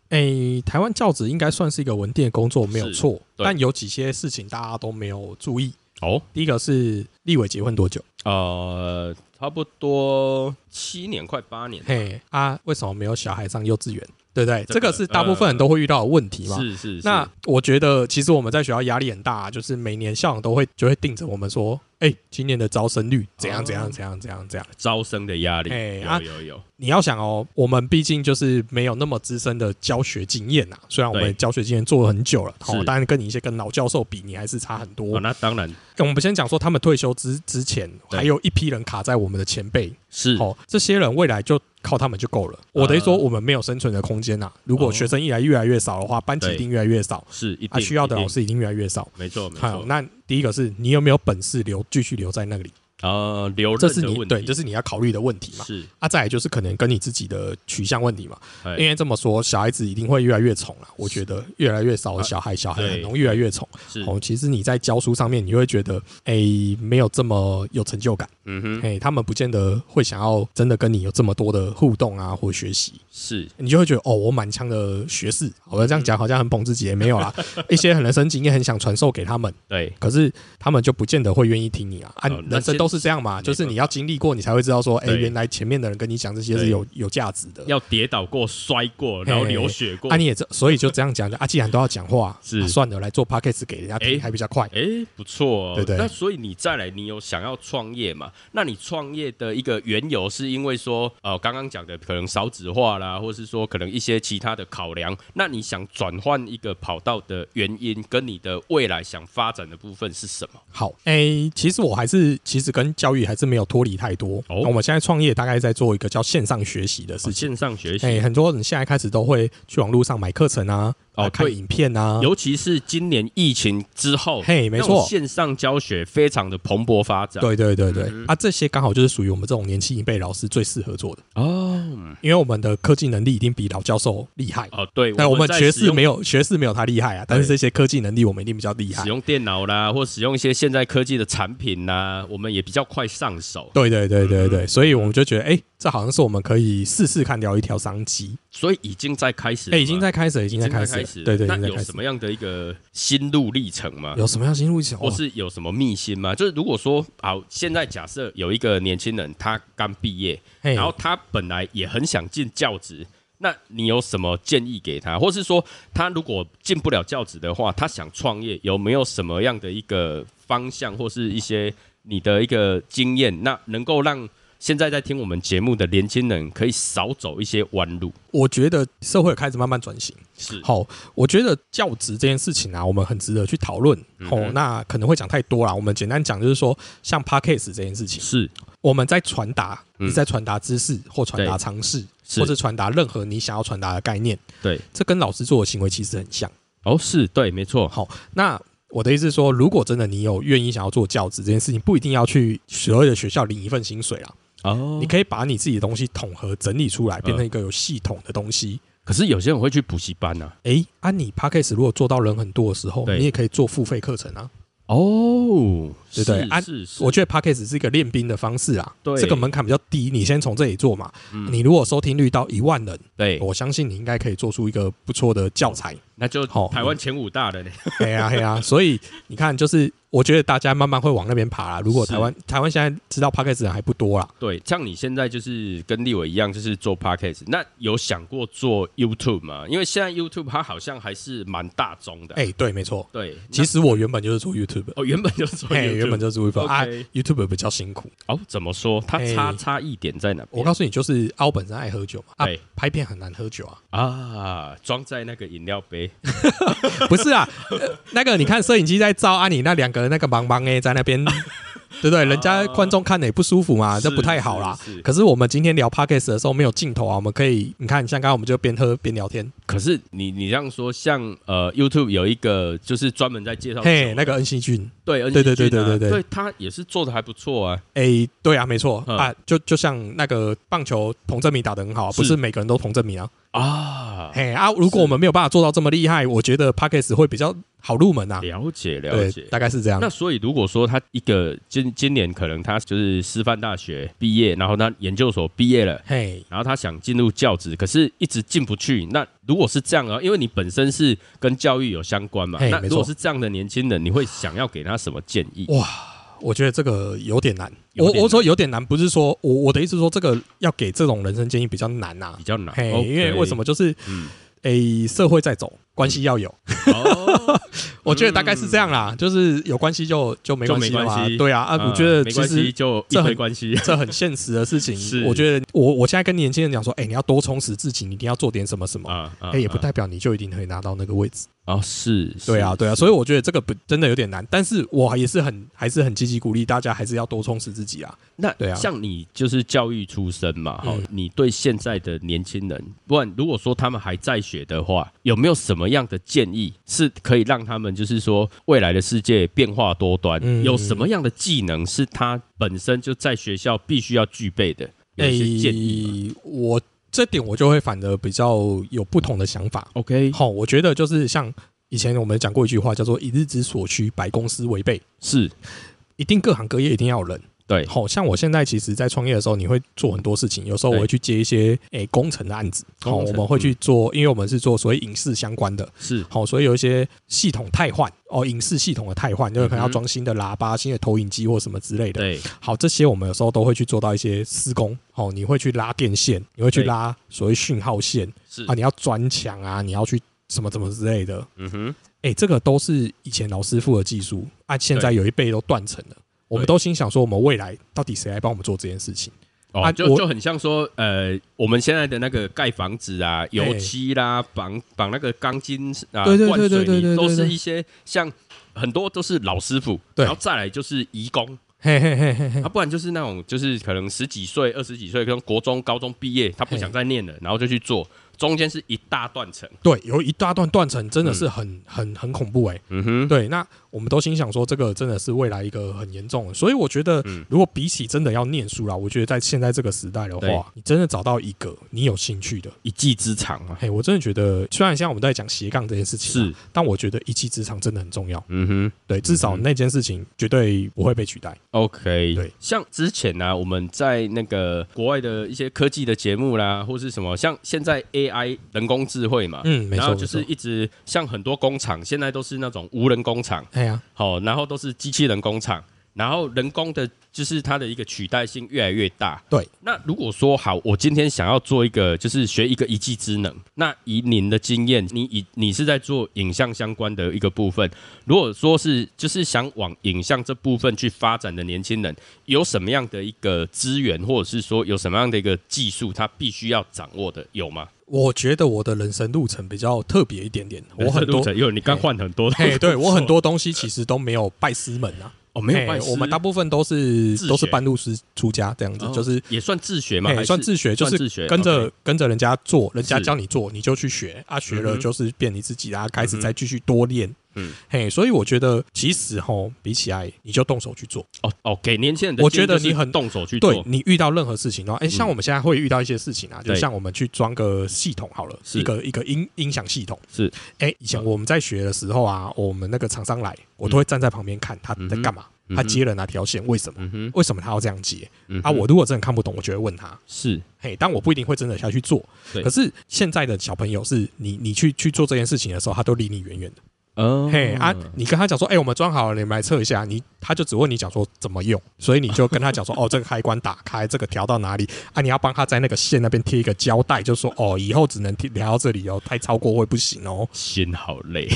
[SPEAKER 2] 诶、哎台湾教职应该算是一个稳定的工作，没有
[SPEAKER 1] 是
[SPEAKER 2] 错。
[SPEAKER 1] 对
[SPEAKER 2] 但有几些事情大家都没有注意。
[SPEAKER 1] 哦，
[SPEAKER 2] 第一个是立伟结婚多久？
[SPEAKER 1] 呃，差不多七年快八年，
[SPEAKER 2] 嘿啊，为什么没有小孩上幼稚园？对不对？
[SPEAKER 1] 这个呃
[SPEAKER 2] 这个是大部分人都会遇到的问题嘛。
[SPEAKER 1] 是是是，
[SPEAKER 2] 那我觉得，其实我们在学校压力很大，就是每年校长都会就会盯着我们说，哎、今年的招生率怎样怎
[SPEAKER 1] 哦
[SPEAKER 2] 样怎样怎样怎样。
[SPEAKER 1] 招生的压力，
[SPEAKER 2] 哎
[SPEAKER 1] 有
[SPEAKER 2] 啊
[SPEAKER 1] 有有，
[SPEAKER 2] 你要想哦，我们毕竟就是没有那么资深的教学经验呐、虽然我
[SPEAKER 1] 对
[SPEAKER 2] 们教学经验做了很久了，
[SPEAKER 1] 是
[SPEAKER 2] 好，当然跟你一些跟老教授比，你还是差很多。
[SPEAKER 1] 哦，那当然
[SPEAKER 2] 我们先讲说，他们退休之之前，
[SPEAKER 1] 对
[SPEAKER 2] 还有一批人卡在我们的前辈，
[SPEAKER 1] 是
[SPEAKER 2] 好，这些人未来就靠他们就够了。我等于说，我们没有生存的空间呐、如果
[SPEAKER 1] 哦
[SPEAKER 2] 学生一来越来越少的话，班级
[SPEAKER 1] 对
[SPEAKER 2] 一定越来越少，
[SPEAKER 1] 是一
[SPEAKER 2] 啊，
[SPEAKER 1] 定
[SPEAKER 2] 需要的
[SPEAKER 1] 一定
[SPEAKER 2] 老师一定越来越少。
[SPEAKER 1] 没错没
[SPEAKER 2] 好，
[SPEAKER 1] 错，
[SPEAKER 2] 那第一个是你有没有本事留继续留在那里，
[SPEAKER 1] 呃，留
[SPEAKER 2] 这
[SPEAKER 1] 任
[SPEAKER 2] 是
[SPEAKER 1] 的
[SPEAKER 2] 你
[SPEAKER 1] 问
[SPEAKER 2] 对，
[SPEAKER 1] 题
[SPEAKER 2] 这是你要考虑的问题嘛。
[SPEAKER 1] 是
[SPEAKER 2] 啊，再来就是可能跟你自己的取向问题嘛，
[SPEAKER 1] 哎
[SPEAKER 2] 因为这么说，小孩子一定会越来越宠了。啊我觉得越来越少的小孩，小孩很容易越来越宠。
[SPEAKER 1] 啊是，
[SPEAKER 2] 哦，其实你在教书上面，你会觉得，哎、没有这么有成就感，
[SPEAKER 1] 嗯哼，
[SPEAKER 2] 哎、他们不见得会想要真的跟你有这么多的互动啊，或学习，
[SPEAKER 1] 是
[SPEAKER 2] 你就会觉得，哦，我满腔的学士，我要这样讲好像很捧自己，也没有 啦，一些很人生经验很想传授给他们，
[SPEAKER 1] 对，
[SPEAKER 2] 可是他们就不见得会愿意听你啊！啊
[SPEAKER 1] 哦，那
[SPEAKER 2] 人生
[SPEAKER 1] 先
[SPEAKER 2] 都是这样嘛，
[SPEAKER 1] 没
[SPEAKER 2] 就是
[SPEAKER 1] 办
[SPEAKER 2] 你要经历过，你才会知道说，哎，
[SPEAKER 1] 对
[SPEAKER 2] 原来前面的人跟你讲这些
[SPEAKER 1] 对
[SPEAKER 2] 是有有价值的。
[SPEAKER 1] 要跌倒过、摔过，然后流血过
[SPEAKER 2] 啊，，你也这，所以就这样讲，就啊，既然都要讲话，
[SPEAKER 1] 是
[SPEAKER 2] 啊算了，来做 podcast 给人家
[SPEAKER 1] 哎
[SPEAKER 2] 听还比较快。
[SPEAKER 1] 哎，不错哦，
[SPEAKER 2] 对对
[SPEAKER 1] 那所以你再来，你有想要创业嘛？嘛。那你创业的一个缘由是因为说，呃，刚刚讲的可能少子化啦，或是说可能一些其他的考量。那你想转换一个跑道的原因，跟你的未来想发展的部分是什么？
[SPEAKER 2] 好，哎、其实我还是其实跟教育还是没有脱离太多。
[SPEAKER 1] 哦
[SPEAKER 2] 那我们现在创业大概在做一个叫线上学习的事
[SPEAKER 1] 是
[SPEAKER 2] 情。
[SPEAKER 1] 线上学习，
[SPEAKER 2] 哎、很多人现在开始都会去网络上买课程啊，
[SPEAKER 1] 哦
[SPEAKER 2] 来看
[SPEAKER 1] 对
[SPEAKER 2] 影片啊，
[SPEAKER 1] 尤其是今年疫情之后，
[SPEAKER 2] 嘿没错
[SPEAKER 1] 那种线上教学非常的蓬勃发展。
[SPEAKER 2] 对对对对，
[SPEAKER 1] 嗯
[SPEAKER 2] 啊，这些刚好就是属于我们这种年轻一辈老师最适合做的，
[SPEAKER 1] 哦
[SPEAKER 2] 因为我们的科技能力已经比老教授厉害。
[SPEAKER 1] 哦，对，
[SPEAKER 2] 但我们
[SPEAKER 1] 在
[SPEAKER 2] 学
[SPEAKER 1] 使
[SPEAKER 2] 士
[SPEAKER 1] 用
[SPEAKER 2] 没有学士没有他厉害啊，但是这些科技能力我们一定比较厉害
[SPEAKER 1] 使。用电脑啦，或使用一些现在科技的产品啦，我们也比较快上手。
[SPEAKER 2] 对对对对
[SPEAKER 1] 嗯
[SPEAKER 2] 对，所以我们就觉得，哎、这好像是我们可以试试看聊一条商机。
[SPEAKER 1] 所以已经在开始了
[SPEAKER 2] 哎、
[SPEAKER 1] 吗，
[SPEAKER 2] 已经在开始了，已
[SPEAKER 1] 啊已
[SPEAKER 2] 经在
[SPEAKER 1] 经
[SPEAKER 2] 开
[SPEAKER 1] 在
[SPEAKER 2] 始
[SPEAKER 1] 开
[SPEAKER 2] 了
[SPEAKER 1] 始了。，
[SPEAKER 2] 对对，已
[SPEAKER 1] 那
[SPEAKER 2] 经在
[SPEAKER 1] 有
[SPEAKER 2] 开始
[SPEAKER 1] 什。么样的一个心路历程吗？
[SPEAKER 2] 有什么样新路一起？
[SPEAKER 1] 或
[SPEAKER 2] 哇
[SPEAKER 1] 是有什么秘辛吗？就是如果说好，现在假设有一个年轻人，他刚毕业，
[SPEAKER 2] 嘿
[SPEAKER 1] 然后他本来也很想进教职，那你有什么建议给他？或是说，他如果进不了教职的话，他想创业，有没有什么样的一个方向，或是一些你的一个经验，那能够让现在在听我们节目的年轻人可以少走一些弯路？
[SPEAKER 2] 我觉得社会开始慢慢转型。
[SPEAKER 1] 是，
[SPEAKER 2] 好，我觉得教职这件事情啊，我们很值得去讨论。
[SPEAKER 1] 嗯
[SPEAKER 2] 哦，那可能会讲太多啦，我们简单讲就是说，像 podcast 这件事情，
[SPEAKER 1] 是
[SPEAKER 2] 我们在传达，
[SPEAKER 1] 嗯
[SPEAKER 2] 你在传达知识或传达
[SPEAKER 1] 对
[SPEAKER 2] 尝试，
[SPEAKER 1] 是
[SPEAKER 2] 或者传达任何你想要传达的概念，
[SPEAKER 1] 对，
[SPEAKER 2] 这跟老师做的行为其实很像。
[SPEAKER 1] 哦，是对，没错，
[SPEAKER 2] 好，那我的意思是说，如果真的你有愿意想要做教职这件事情，不一定要去所谓的学校领一份薪水啦，
[SPEAKER 1] 哦嗯
[SPEAKER 2] 你可以把你自己的东西统合整理出来，变成一个有系统的东西。
[SPEAKER 1] 可是有些人会去补习班呐、
[SPEAKER 2] 诶，啊，你 p a c k a g e 如果做到人很多的时候，
[SPEAKER 1] 对
[SPEAKER 2] 你也可以做付费课程啊。
[SPEAKER 1] 哦，
[SPEAKER 2] 对对
[SPEAKER 1] 是
[SPEAKER 2] 啊
[SPEAKER 1] 是是，
[SPEAKER 2] 我觉得 p a c k a g e 是一个练兵的方式啊，
[SPEAKER 1] 对嗯
[SPEAKER 2] 这个门槛比较低，你先从这里做嘛。你如果收听率到一万人，
[SPEAKER 1] 对，
[SPEAKER 2] 我相信你应该可以做出一个不错的教材。
[SPEAKER 1] 那就
[SPEAKER 2] 好
[SPEAKER 1] 台湾前五大的嘞，
[SPEAKER 2] 嘿呀嘿呀，所以你看，就是我觉得大家慢慢会往那边爬啦。如果
[SPEAKER 1] 是
[SPEAKER 2] 台湾台湾现在知道 p a c k a g e 人还不多啦，
[SPEAKER 1] 对，像你现在就是跟立伟一样，就是做 podcast，那有想过做 YouTube 吗？因为现在 YouTube 它好像还是蛮大众的。
[SPEAKER 2] 哎、对，没错。
[SPEAKER 1] 对，啊
[SPEAKER 2] 其实我原本就是 做 YouTube，
[SPEAKER 1] 哦，原本就是做 YouTube，、
[SPEAKER 2] 哎、原本就是做 YouTube 啊
[SPEAKER 1] OK
[SPEAKER 2] ，YouTube 比较辛苦。
[SPEAKER 1] 哦，怎么说？它
[SPEAKER 2] 哎
[SPEAKER 1] 差差异点在哪
[SPEAKER 2] 我
[SPEAKER 1] 边？
[SPEAKER 2] 告诉你，就是啊，我本身爱喝酒嘛，啊
[SPEAKER 1] 对，
[SPEAKER 2] 拍片很难喝酒啊。
[SPEAKER 1] 啊，装在那个饮料杯，
[SPEAKER 2] 不是啊，呃那个你看摄影机在照啊，你那两个那个茫茫哎在那 边，对不对？人家观众看的也不舒服嘛，
[SPEAKER 1] 是
[SPEAKER 2] 这不太好啦
[SPEAKER 1] 哦是是。
[SPEAKER 2] 可是我们今天聊 podcast 的时候没有镜头啊，我们可以你看，像刚刚我们就边喝边聊天，
[SPEAKER 1] 可是你你这样说，像呃 YouTube 有一个就是专门在介绍酒啊
[SPEAKER 2] 嘿，那个恩熙君。
[SPEAKER 1] 对，
[SPEAKER 2] 对对对对
[SPEAKER 1] 对
[SPEAKER 2] 对对
[SPEAKER 1] 对他也是做的还不错啊。
[SPEAKER 2] 哎，对啊，没错
[SPEAKER 1] 嗯
[SPEAKER 2] 啊，就就像那个彭球彭正明打得很好啊，
[SPEAKER 1] 是
[SPEAKER 2] 不是每个人都彭正明啊。
[SPEAKER 1] 啊，
[SPEAKER 2] 嘿啊，如果我们没有办法做到这么厉害，我觉得 podcast 会比较好入门啊。
[SPEAKER 1] 了解了
[SPEAKER 2] 对
[SPEAKER 1] 解，。
[SPEAKER 2] 大概是这样
[SPEAKER 1] 那。所以如果说他一个今今年可能他就是师范大学毕业，然后他研究所毕业了。
[SPEAKER 2] 嘿，
[SPEAKER 1] 然后他想进入教职，可是一直进不去。那如果是这样啊，因为你本身是跟教育有相关嘛，
[SPEAKER 2] 嘿
[SPEAKER 1] 那
[SPEAKER 2] 没错
[SPEAKER 1] 如果是这样的年轻人，你会想要给他什么建议？
[SPEAKER 2] 我觉得这个有点难。
[SPEAKER 1] 有点难
[SPEAKER 2] 我我说有点难，不是说我我的意思是说这个要给这种人生建议比较难呐、
[SPEAKER 1] 比较难，
[SPEAKER 2] 嘿
[SPEAKER 1] 啊 OK
[SPEAKER 2] 因为为什？么就是
[SPEAKER 1] 嗯，
[SPEAKER 2] 诶、社会在走，关系要有。
[SPEAKER 1] 哦， 嗯
[SPEAKER 2] 我觉得大概是这样啦，就是有关系就就没关系了
[SPEAKER 1] 就没
[SPEAKER 2] 嘛
[SPEAKER 1] 关系。嗯
[SPEAKER 2] 对啊，啊，我觉得
[SPEAKER 1] 呃没
[SPEAKER 2] 其
[SPEAKER 1] 关系，
[SPEAKER 2] 实。
[SPEAKER 1] 就一
[SPEAKER 2] 这很
[SPEAKER 1] 回关系。
[SPEAKER 2] 这很现实的事情
[SPEAKER 1] 是，
[SPEAKER 2] 我觉得我我现在跟年轻人讲说，哎、你要多充实自己，你一定要做点什么什么，
[SPEAKER 1] 啊啊
[SPEAKER 2] 哎、也不代表你就一定可以拿到那个位置。
[SPEAKER 1] 啊，是，
[SPEAKER 2] 对啊，
[SPEAKER 1] 是
[SPEAKER 2] 对啊，
[SPEAKER 1] 是
[SPEAKER 2] 所以我觉得这个不真的有点难，但是我也是很还是很积极鼓励大家，还是要多充实自己啊。
[SPEAKER 1] 那
[SPEAKER 2] 对啊
[SPEAKER 1] 像你就是教育出身嘛，哈、
[SPEAKER 2] 嗯
[SPEAKER 1] 你对现在的年轻人，不然如果说他们还在学的话，有没有什么样的建议是可以让他们就是说未来的世界变化多端，
[SPEAKER 2] 嗯
[SPEAKER 1] 有什么样的技能是他本身就在学校必须要具备的？有一些
[SPEAKER 2] 哎
[SPEAKER 1] 建议吗、
[SPEAKER 2] 诶我这点我就会反而比较有不同的想法。
[SPEAKER 1] o k
[SPEAKER 2] 好，我觉得就是像以前我们讲过一句话，叫做“一日之所需，百公司为备
[SPEAKER 1] 是”，
[SPEAKER 2] 一定各行各业一定要有人。
[SPEAKER 1] 对，
[SPEAKER 2] 好像我现在其实，在创业的时候，你会做很多事情，有时候我
[SPEAKER 1] 对
[SPEAKER 2] 会去接一些诶、工程的案子，好，
[SPEAKER 1] 工程
[SPEAKER 2] 我们会去做，因为我们是做所谓影视相关的。
[SPEAKER 1] 是
[SPEAKER 2] 好，所以有一些系统汰换哦，影视系统的汰换，就是可能要装新的喇叭、新的投影机或什么之类的。
[SPEAKER 1] 嗯对，
[SPEAKER 2] 好，这些我们有时候都会去做到一些施工，哦，你会去拉电线，你会去
[SPEAKER 1] 对
[SPEAKER 2] 拉所谓讯号线
[SPEAKER 1] 是
[SPEAKER 2] 啊，你要钻墙啊，你要去什么什么之类的，
[SPEAKER 1] 嗯哼，
[SPEAKER 2] 哎、这个都是以前老师傅的技术啊，现在有一辈都断层了。我们
[SPEAKER 1] 对
[SPEAKER 2] 都心想说，我们未来到底谁来帮我们做这件事情？
[SPEAKER 1] 哦，
[SPEAKER 2] 啊
[SPEAKER 1] 就
[SPEAKER 2] 我
[SPEAKER 1] 就很像说，呃，我们现在的那个盖房子啊、油漆啦、绑绑那个钢筋啊、
[SPEAKER 2] 对对对
[SPEAKER 1] 灌水
[SPEAKER 2] 对对
[SPEAKER 1] 泥，
[SPEAKER 2] 对对
[SPEAKER 1] 都是
[SPEAKER 2] 对
[SPEAKER 1] 一些像很多都是老师傅，
[SPEAKER 2] 对
[SPEAKER 1] 然后再来就是移工，
[SPEAKER 2] 嘿嘿嘿嘿嘿
[SPEAKER 1] 啊，，不然就是那种就是可能十几岁、二十几岁，跟国中、高中毕业，他不想
[SPEAKER 2] 嘿
[SPEAKER 1] 再念了，然后就去做，中间是一大断层，
[SPEAKER 2] 对，有一大段断层，真的是很、很很恐怖哎、
[SPEAKER 1] 嗯哼，
[SPEAKER 2] 对，那我们都心想说，这个真的是未来一个很严重的，欸所以我觉得
[SPEAKER 1] 嗯，
[SPEAKER 2] 如果比起真的要念书啦，我觉得在现在这个时代的
[SPEAKER 1] 对
[SPEAKER 2] 话，你真的找到一个你有兴趣的，
[SPEAKER 1] 一技之长嘛，
[SPEAKER 2] 嘿，我真的觉得，虽然现在我们都在讲斜杠这件事情，，啊
[SPEAKER 1] 是，
[SPEAKER 2] 但我觉得一技之长真的很重要，
[SPEAKER 1] 嗯哼。啊
[SPEAKER 2] 对，至少那件事情绝对不会被取代，
[SPEAKER 1] OK，
[SPEAKER 2] 对，
[SPEAKER 1] 像之前呢、我们在那个国外的一些科技的节目啦，或是什么，像现在 AI 人工智慧嘛，
[SPEAKER 2] 嗯，没
[SPEAKER 1] 然后
[SPEAKER 2] 错，
[SPEAKER 1] 就是
[SPEAKER 2] 没错，
[SPEAKER 1] 一直像很多工厂，现在都是那种无人工厂，
[SPEAKER 2] 哎呀，
[SPEAKER 1] 好、然后都是机器人工厂，然后人工的，就是它的一个取代性越来越大。
[SPEAKER 2] 对，
[SPEAKER 1] 那如果说好，我今天想要做一个，就是学一个一技之能，那以您的经验，你以你是在做影像相关的一个部分，如果说是就是想往影像这部分去发展的年轻人，有什么样的一个资源，或者是说有什么样的一个技术，他必须要掌握的，有吗？
[SPEAKER 2] 我觉得我的人生路程比较特别一点点，我
[SPEAKER 1] 人
[SPEAKER 2] 很
[SPEAKER 1] 生
[SPEAKER 2] 多
[SPEAKER 1] 路。程有你刚换很多 的，
[SPEAKER 2] 嘿，哎对我很多东西其实都没有拜师门啊，
[SPEAKER 1] 哦，没有
[SPEAKER 2] 嘿
[SPEAKER 1] 拜师，
[SPEAKER 2] 我们大部分都是
[SPEAKER 1] 自学
[SPEAKER 2] 都是半路师出家这样子，
[SPEAKER 1] 哦
[SPEAKER 2] 就是
[SPEAKER 1] 也算自学嘛，
[SPEAKER 2] 哎、
[SPEAKER 1] 还是
[SPEAKER 2] 算自学，就
[SPEAKER 1] 算自
[SPEAKER 2] 是
[SPEAKER 1] 学
[SPEAKER 2] 跟着
[SPEAKER 1] OK
[SPEAKER 2] 跟着人家做，人家
[SPEAKER 1] 是
[SPEAKER 2] 教你做，你就去学啊，学
[SPEAKER 1] 嗯
[SPEAKER 2] 了
[SPEAKER 1] 哼
[SPEAKER 2] 就是变你自己啊，开始
[SPEAKER 1] 嗯哼
[SPEAKER 2] 再继续多练。
[SPEAKER 1] 嗯
[SPEAKER 2] 嗯，嘿，所以我觉得其实吼，比起来你就动手去做，
[SPEAKER 1] 哦哦，给年轻人的
[SPEAKER 2] 我
[SPEAKER 1] 建议
[SPEAKER 2] 觉得
[SPEAKER 1] 就是
[SPEAKER 2] 你很
[SPEAKER 1] 动手去
[SPEAKER 2] 对
[SPEAKER 1] 做，
[SPEAKER 2] 你遇到任何事情的话，哎、
[SPEAKER 1] 嗯
[SPEAKER 2] 像我们现在会遇到一些事情啊，就
[SPEAKER 1] 对
[SPEAKER 2] 像我们去装个系统好了，
[SPEAKER 1] 是
[SPEAKER 2] 一个一个音音响系统
[SPEAKER 1] 是
[SPEAKER 2] 哎、
[SPEAKER 1] 嗯
[SPEAKER 2] 以前我们在学的时候啊，我们那个厂商来，我都会站在旁边看他在干嘛，
[SPEAKER 1] 嗯哼
[SPEAKER 2] 他接了哪条线，为什么？
[SPEAKER 1] 嗯哼，
[SPEAKER 2] 为什么他要这样接？
[SPEAKER 1] 嗯
[SPEAKER 2] 啊，
[SPEAKER 1] 哼
[SPEAKER 2] 我如果真的看不懂，我就会问他。
[SPEAKER 1] 是
[SPEAKER 2] 嘿，但我不一定会真的下去做。
[SPEAKER 1] 对
[SPEAKER 2] 可是现在的小朋友是你你去去做这件事情的时候，他都离你远远的。
[SPEAKER 1] 哦
[SPEAKER 2] 嘿啊，你跟他讲说，哎、我们装好了，你们来测一下。你他就只问你讲说怎么用，所以你就跟 他讲说，哦，这个开关打开，这个调到哪里啊？你要帮他在那个线那边贴一个胶带，就说哦，以后只能贴调到这里哦，太超过会不行哦。
[SPEAKER 1] 心好累，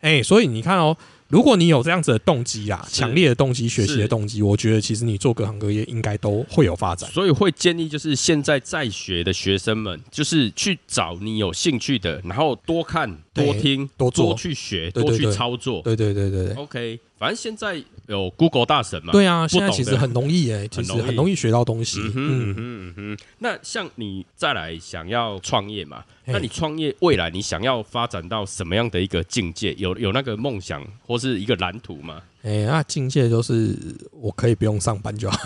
[SPEAKER 2] 哎、所以你看哦。如果你有这样子的动机啊，
[SPEAKER 1] 是
[SPEAKER 2] 强烈的动机、学习
[SPEAKER 1] 是
[SPEAKER 2] 的动机，我觉得其实你做各行各业应该都会有发展。
[SPEAKER 1] 所以会建议就是现在在学的学生们，就是去找你有兴趣的，然后多看、
[SPEAKER 2] 对
[SPEAKER 1] 多听、
[SPEAKER 2] 多做
[SPEAKER 1] 去学、
[SPEAKER 2] 对对
[SPEAKER 1] 多去
[SPEAKER 2] 对
[SPEAKER 1] 操作。
[SPEAKER 2] 对对对对对。
[SPEAKER 1] OK，反正现在有 Google 大神嘛，
[SPEAKER 2] 对啊，现在
[SPEAKER 1] 懂
[SPEAKER 2] 其
[SPEAKER 1] 的
[SPEAKER 2] 实很容易哎、其
[SPEAKER 1] 很
[SPEAKER 2] 实
[SPEAKER 1] 容易
[SPEAKER 2] 很容易学到东
[SPEAKER 1] 嗯
[SPEAKER 2] 西。
[SPEAKER 1] 哼嗯哼
[SPEAKER 2] 嗯
[SPEAKER 1] 嗯哼，那像你再来想要创业嘛？
[SPEAKER 2] 嘿
[SPEAKER 1] 那你创业未来你想要发展到什么样的一个境界？有有那个梦想或是一个蓝图吗？
[SPEAKER 2] 哎、那境界就是我可以不用上班就好，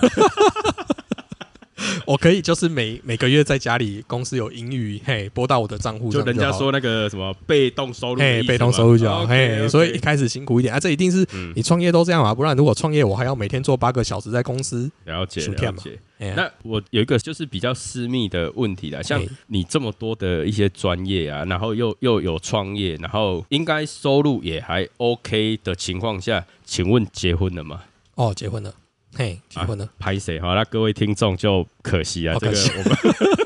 [SPEAKER 2] 我可以就是每每个月在家里，公司有盈余，嘿，拨到我的账户
[SPEAKER 1] 就
[SPEAKER 2] 上
[SPEAKER 1] 人家
[SPEAKER 2] 好
[SPEAKER 1] 说。那个什么被动收入的意思嘛，
[SPEAKER 2] 嘿，
[SPEAKER 1] 哦
[SPEAKER 2] 被动收入就好，
[SPEAKER 1] OK，OK
[SPEAKER 2] 嘿，所以一开始辛苦一点啊，这一定是
[SPEAKER 1] 嗯
[SPEAKER 2] 你创业都这样嘛，啊不然如果创业我还要每天做八个小时在公司，
[SPEAKER 1] 了解
[SPEAKER 2] 薯
[SPEAKER 1] 了
[SPEAKER 2] 条嘛
[SPEAKER 1] 解。
[SPEAKER 2] 哎呀，
[SPEAKER 1] 那我有一个就是比较私密的问题啦，像
[SPEAKER 2] 嘿
[SPEAKER 1] 你这么多的一些专业啊，然后又又有创业，然后应该收入也还 OK 的情况下，请问结婚了吗？
[SPEAKER 2] 哦，结婚了，嘿，结婚了，
[SPEAKER 1] 啊拍谁？好，那各位听众就可惜啊，
[SPEAKER 2] 好
[SPEAKER 1] 这个
[SPEAKER 2] 可惜
[SPEAKER 1] 我们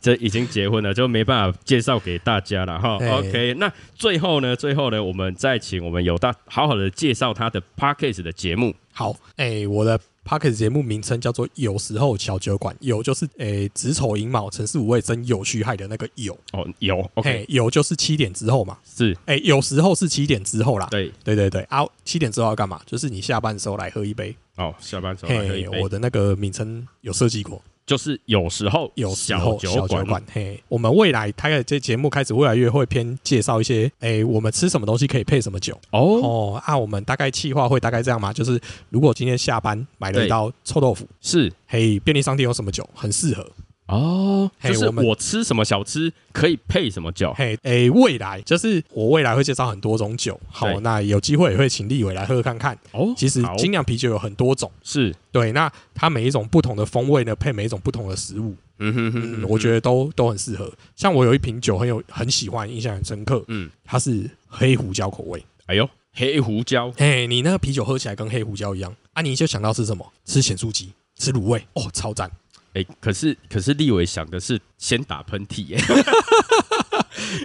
[SPEAKER 1] 这已经结婚了，就没办法介绍给大家了哈。
[SPEAKER 2] 哎
[SPEAKER 1] OK，那最后呢，最后呢，我们再请我们有大好好的介绍他的 Parkes 的节目。
[SPEAKER 2] 好，哎，我的 p o c k e t 节目名称叫做“有时候小酒馆”，有就是哎子丑寅卯辰巳午未真酉戌亥的那个酉，
[SPEAKER 1] 哦，有 OK，
[SPEAKER 2] 嘿，有就是七点之后嘛，
[SPEAKER 1] 是
[SPEAKER 2] 哎、有时候是七点之后啦。
[SPEAKER 1] 对。
[SPEAKER 2] 对对对啊，七点之后要干嘛？就是你下班的时候来喝一杯。
[SPEAKER 1] 哦，下班时候来喝一
[SPEAKER 2] 嘿，
[SPEAKER 1] 杯
[SPEAKER 2] 我的那个名称有设计过，
[SPEAKER 1] 就是有时候
[SPEAKER 2] 有时
[SPEAKER 1] 小
[SPEAKER 2] 候
[SPEAKER 1] 酒
[SPEAKER 2] 小
[SPEAKER 1] 馆
[SPEAKER 2] 馆。嘿，我们未来开始这节目开始越来越会偏介绍一些，哎、我们吃什么东西可以配什么酒。
[SPEAKER 1] 哦，
[SPEAKER 2] 哦啊，我们大概计划会大概这样嘛，就是如果今天下班买了
[SPEAKER 1] 对
[SPEAKER 2] 一道臭豆腐，
[SPEAKER 1] 是
[SPEAKER 2] 嘿，便利商店有什么酒很适合？
[SPEAKER 1] 哦，
[SPEAKER 2] 嘿
[SPEAKER 1] 就是
[SPEAKER 2] 我们
[SPEAKER 1] 我吃什么小吃可以配什么酒。
[SPEAKER 2] 嘿，诶、未来就是我未来会介绍很多种酒，好
[SPEAKER 1] 对，
[SPEAKER 2] 那有机会也会请立伟来喝喝看看。
[SPEAKER 1] 哦，
[SPEAKER 2] 其实
[SPEAKER 1] 好
[SPEAKER 2] 精酿啤酒有很多种。
[SPEAKER 1] 是，
[SPEAKER 2] 对，那它每一种不同的风味呢，配每一种不同的食物，
[SPEAKER 1] 嗯哼哼
[SPEAKER 2] 嗯
[SPEAKER 1] 哼，，
[SPEAKER 2] 我觉
[SPEAKER 1] 得，
[SPEAKER 2] 得都都很适合。像我有一瓶酒很有很喜欢，印象很深刻，
[SPEAKER 1] 嗯，
[SPEAKER 2] 它是黑胡椒口味。
[SPEAKER 1] 哎呦，黑胡椒，
[SPEAKER 2] 嘿，你那个啤酒喝起来跟黑胡椒一样啊，你就想到是什么？吃咸酥鸡，吃卤味，哦，超赞！
[SPEAKER 1] 哎，可是可是立伟想的是先打喷嚏耶，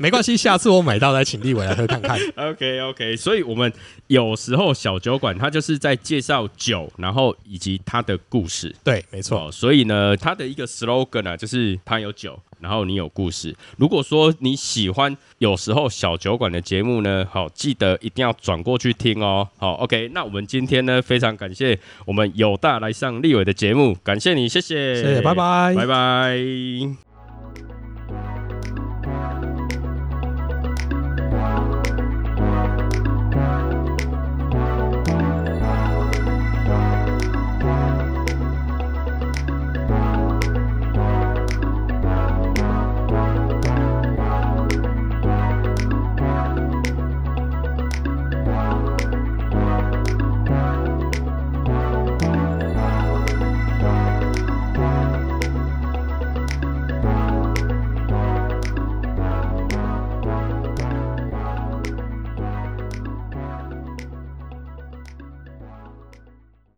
[SPEAKER 2] 没关系，下次我买到再请立伟来喝看看。
[SPEAKER 1] OK OK，所以我们有时候小酒馆它就是在介绍酒，然后以及它的故事。
[SPEAKER 2] 对，没错，
[SPEAKER 1] 哦，所以呢，它的一个 slogan 啊，就是它有酒，然后你有故事。如果说你喜欢有时候小酒馆的节目呢，好，记得一定要转过去听哦。好，OK，那我们今天呢，非常感谢我们有大来上立伟的节目，感谢你，谢谢，
[SPEAKER 2] 谢谢，拜拜
[SPEAKER 1] 拜拜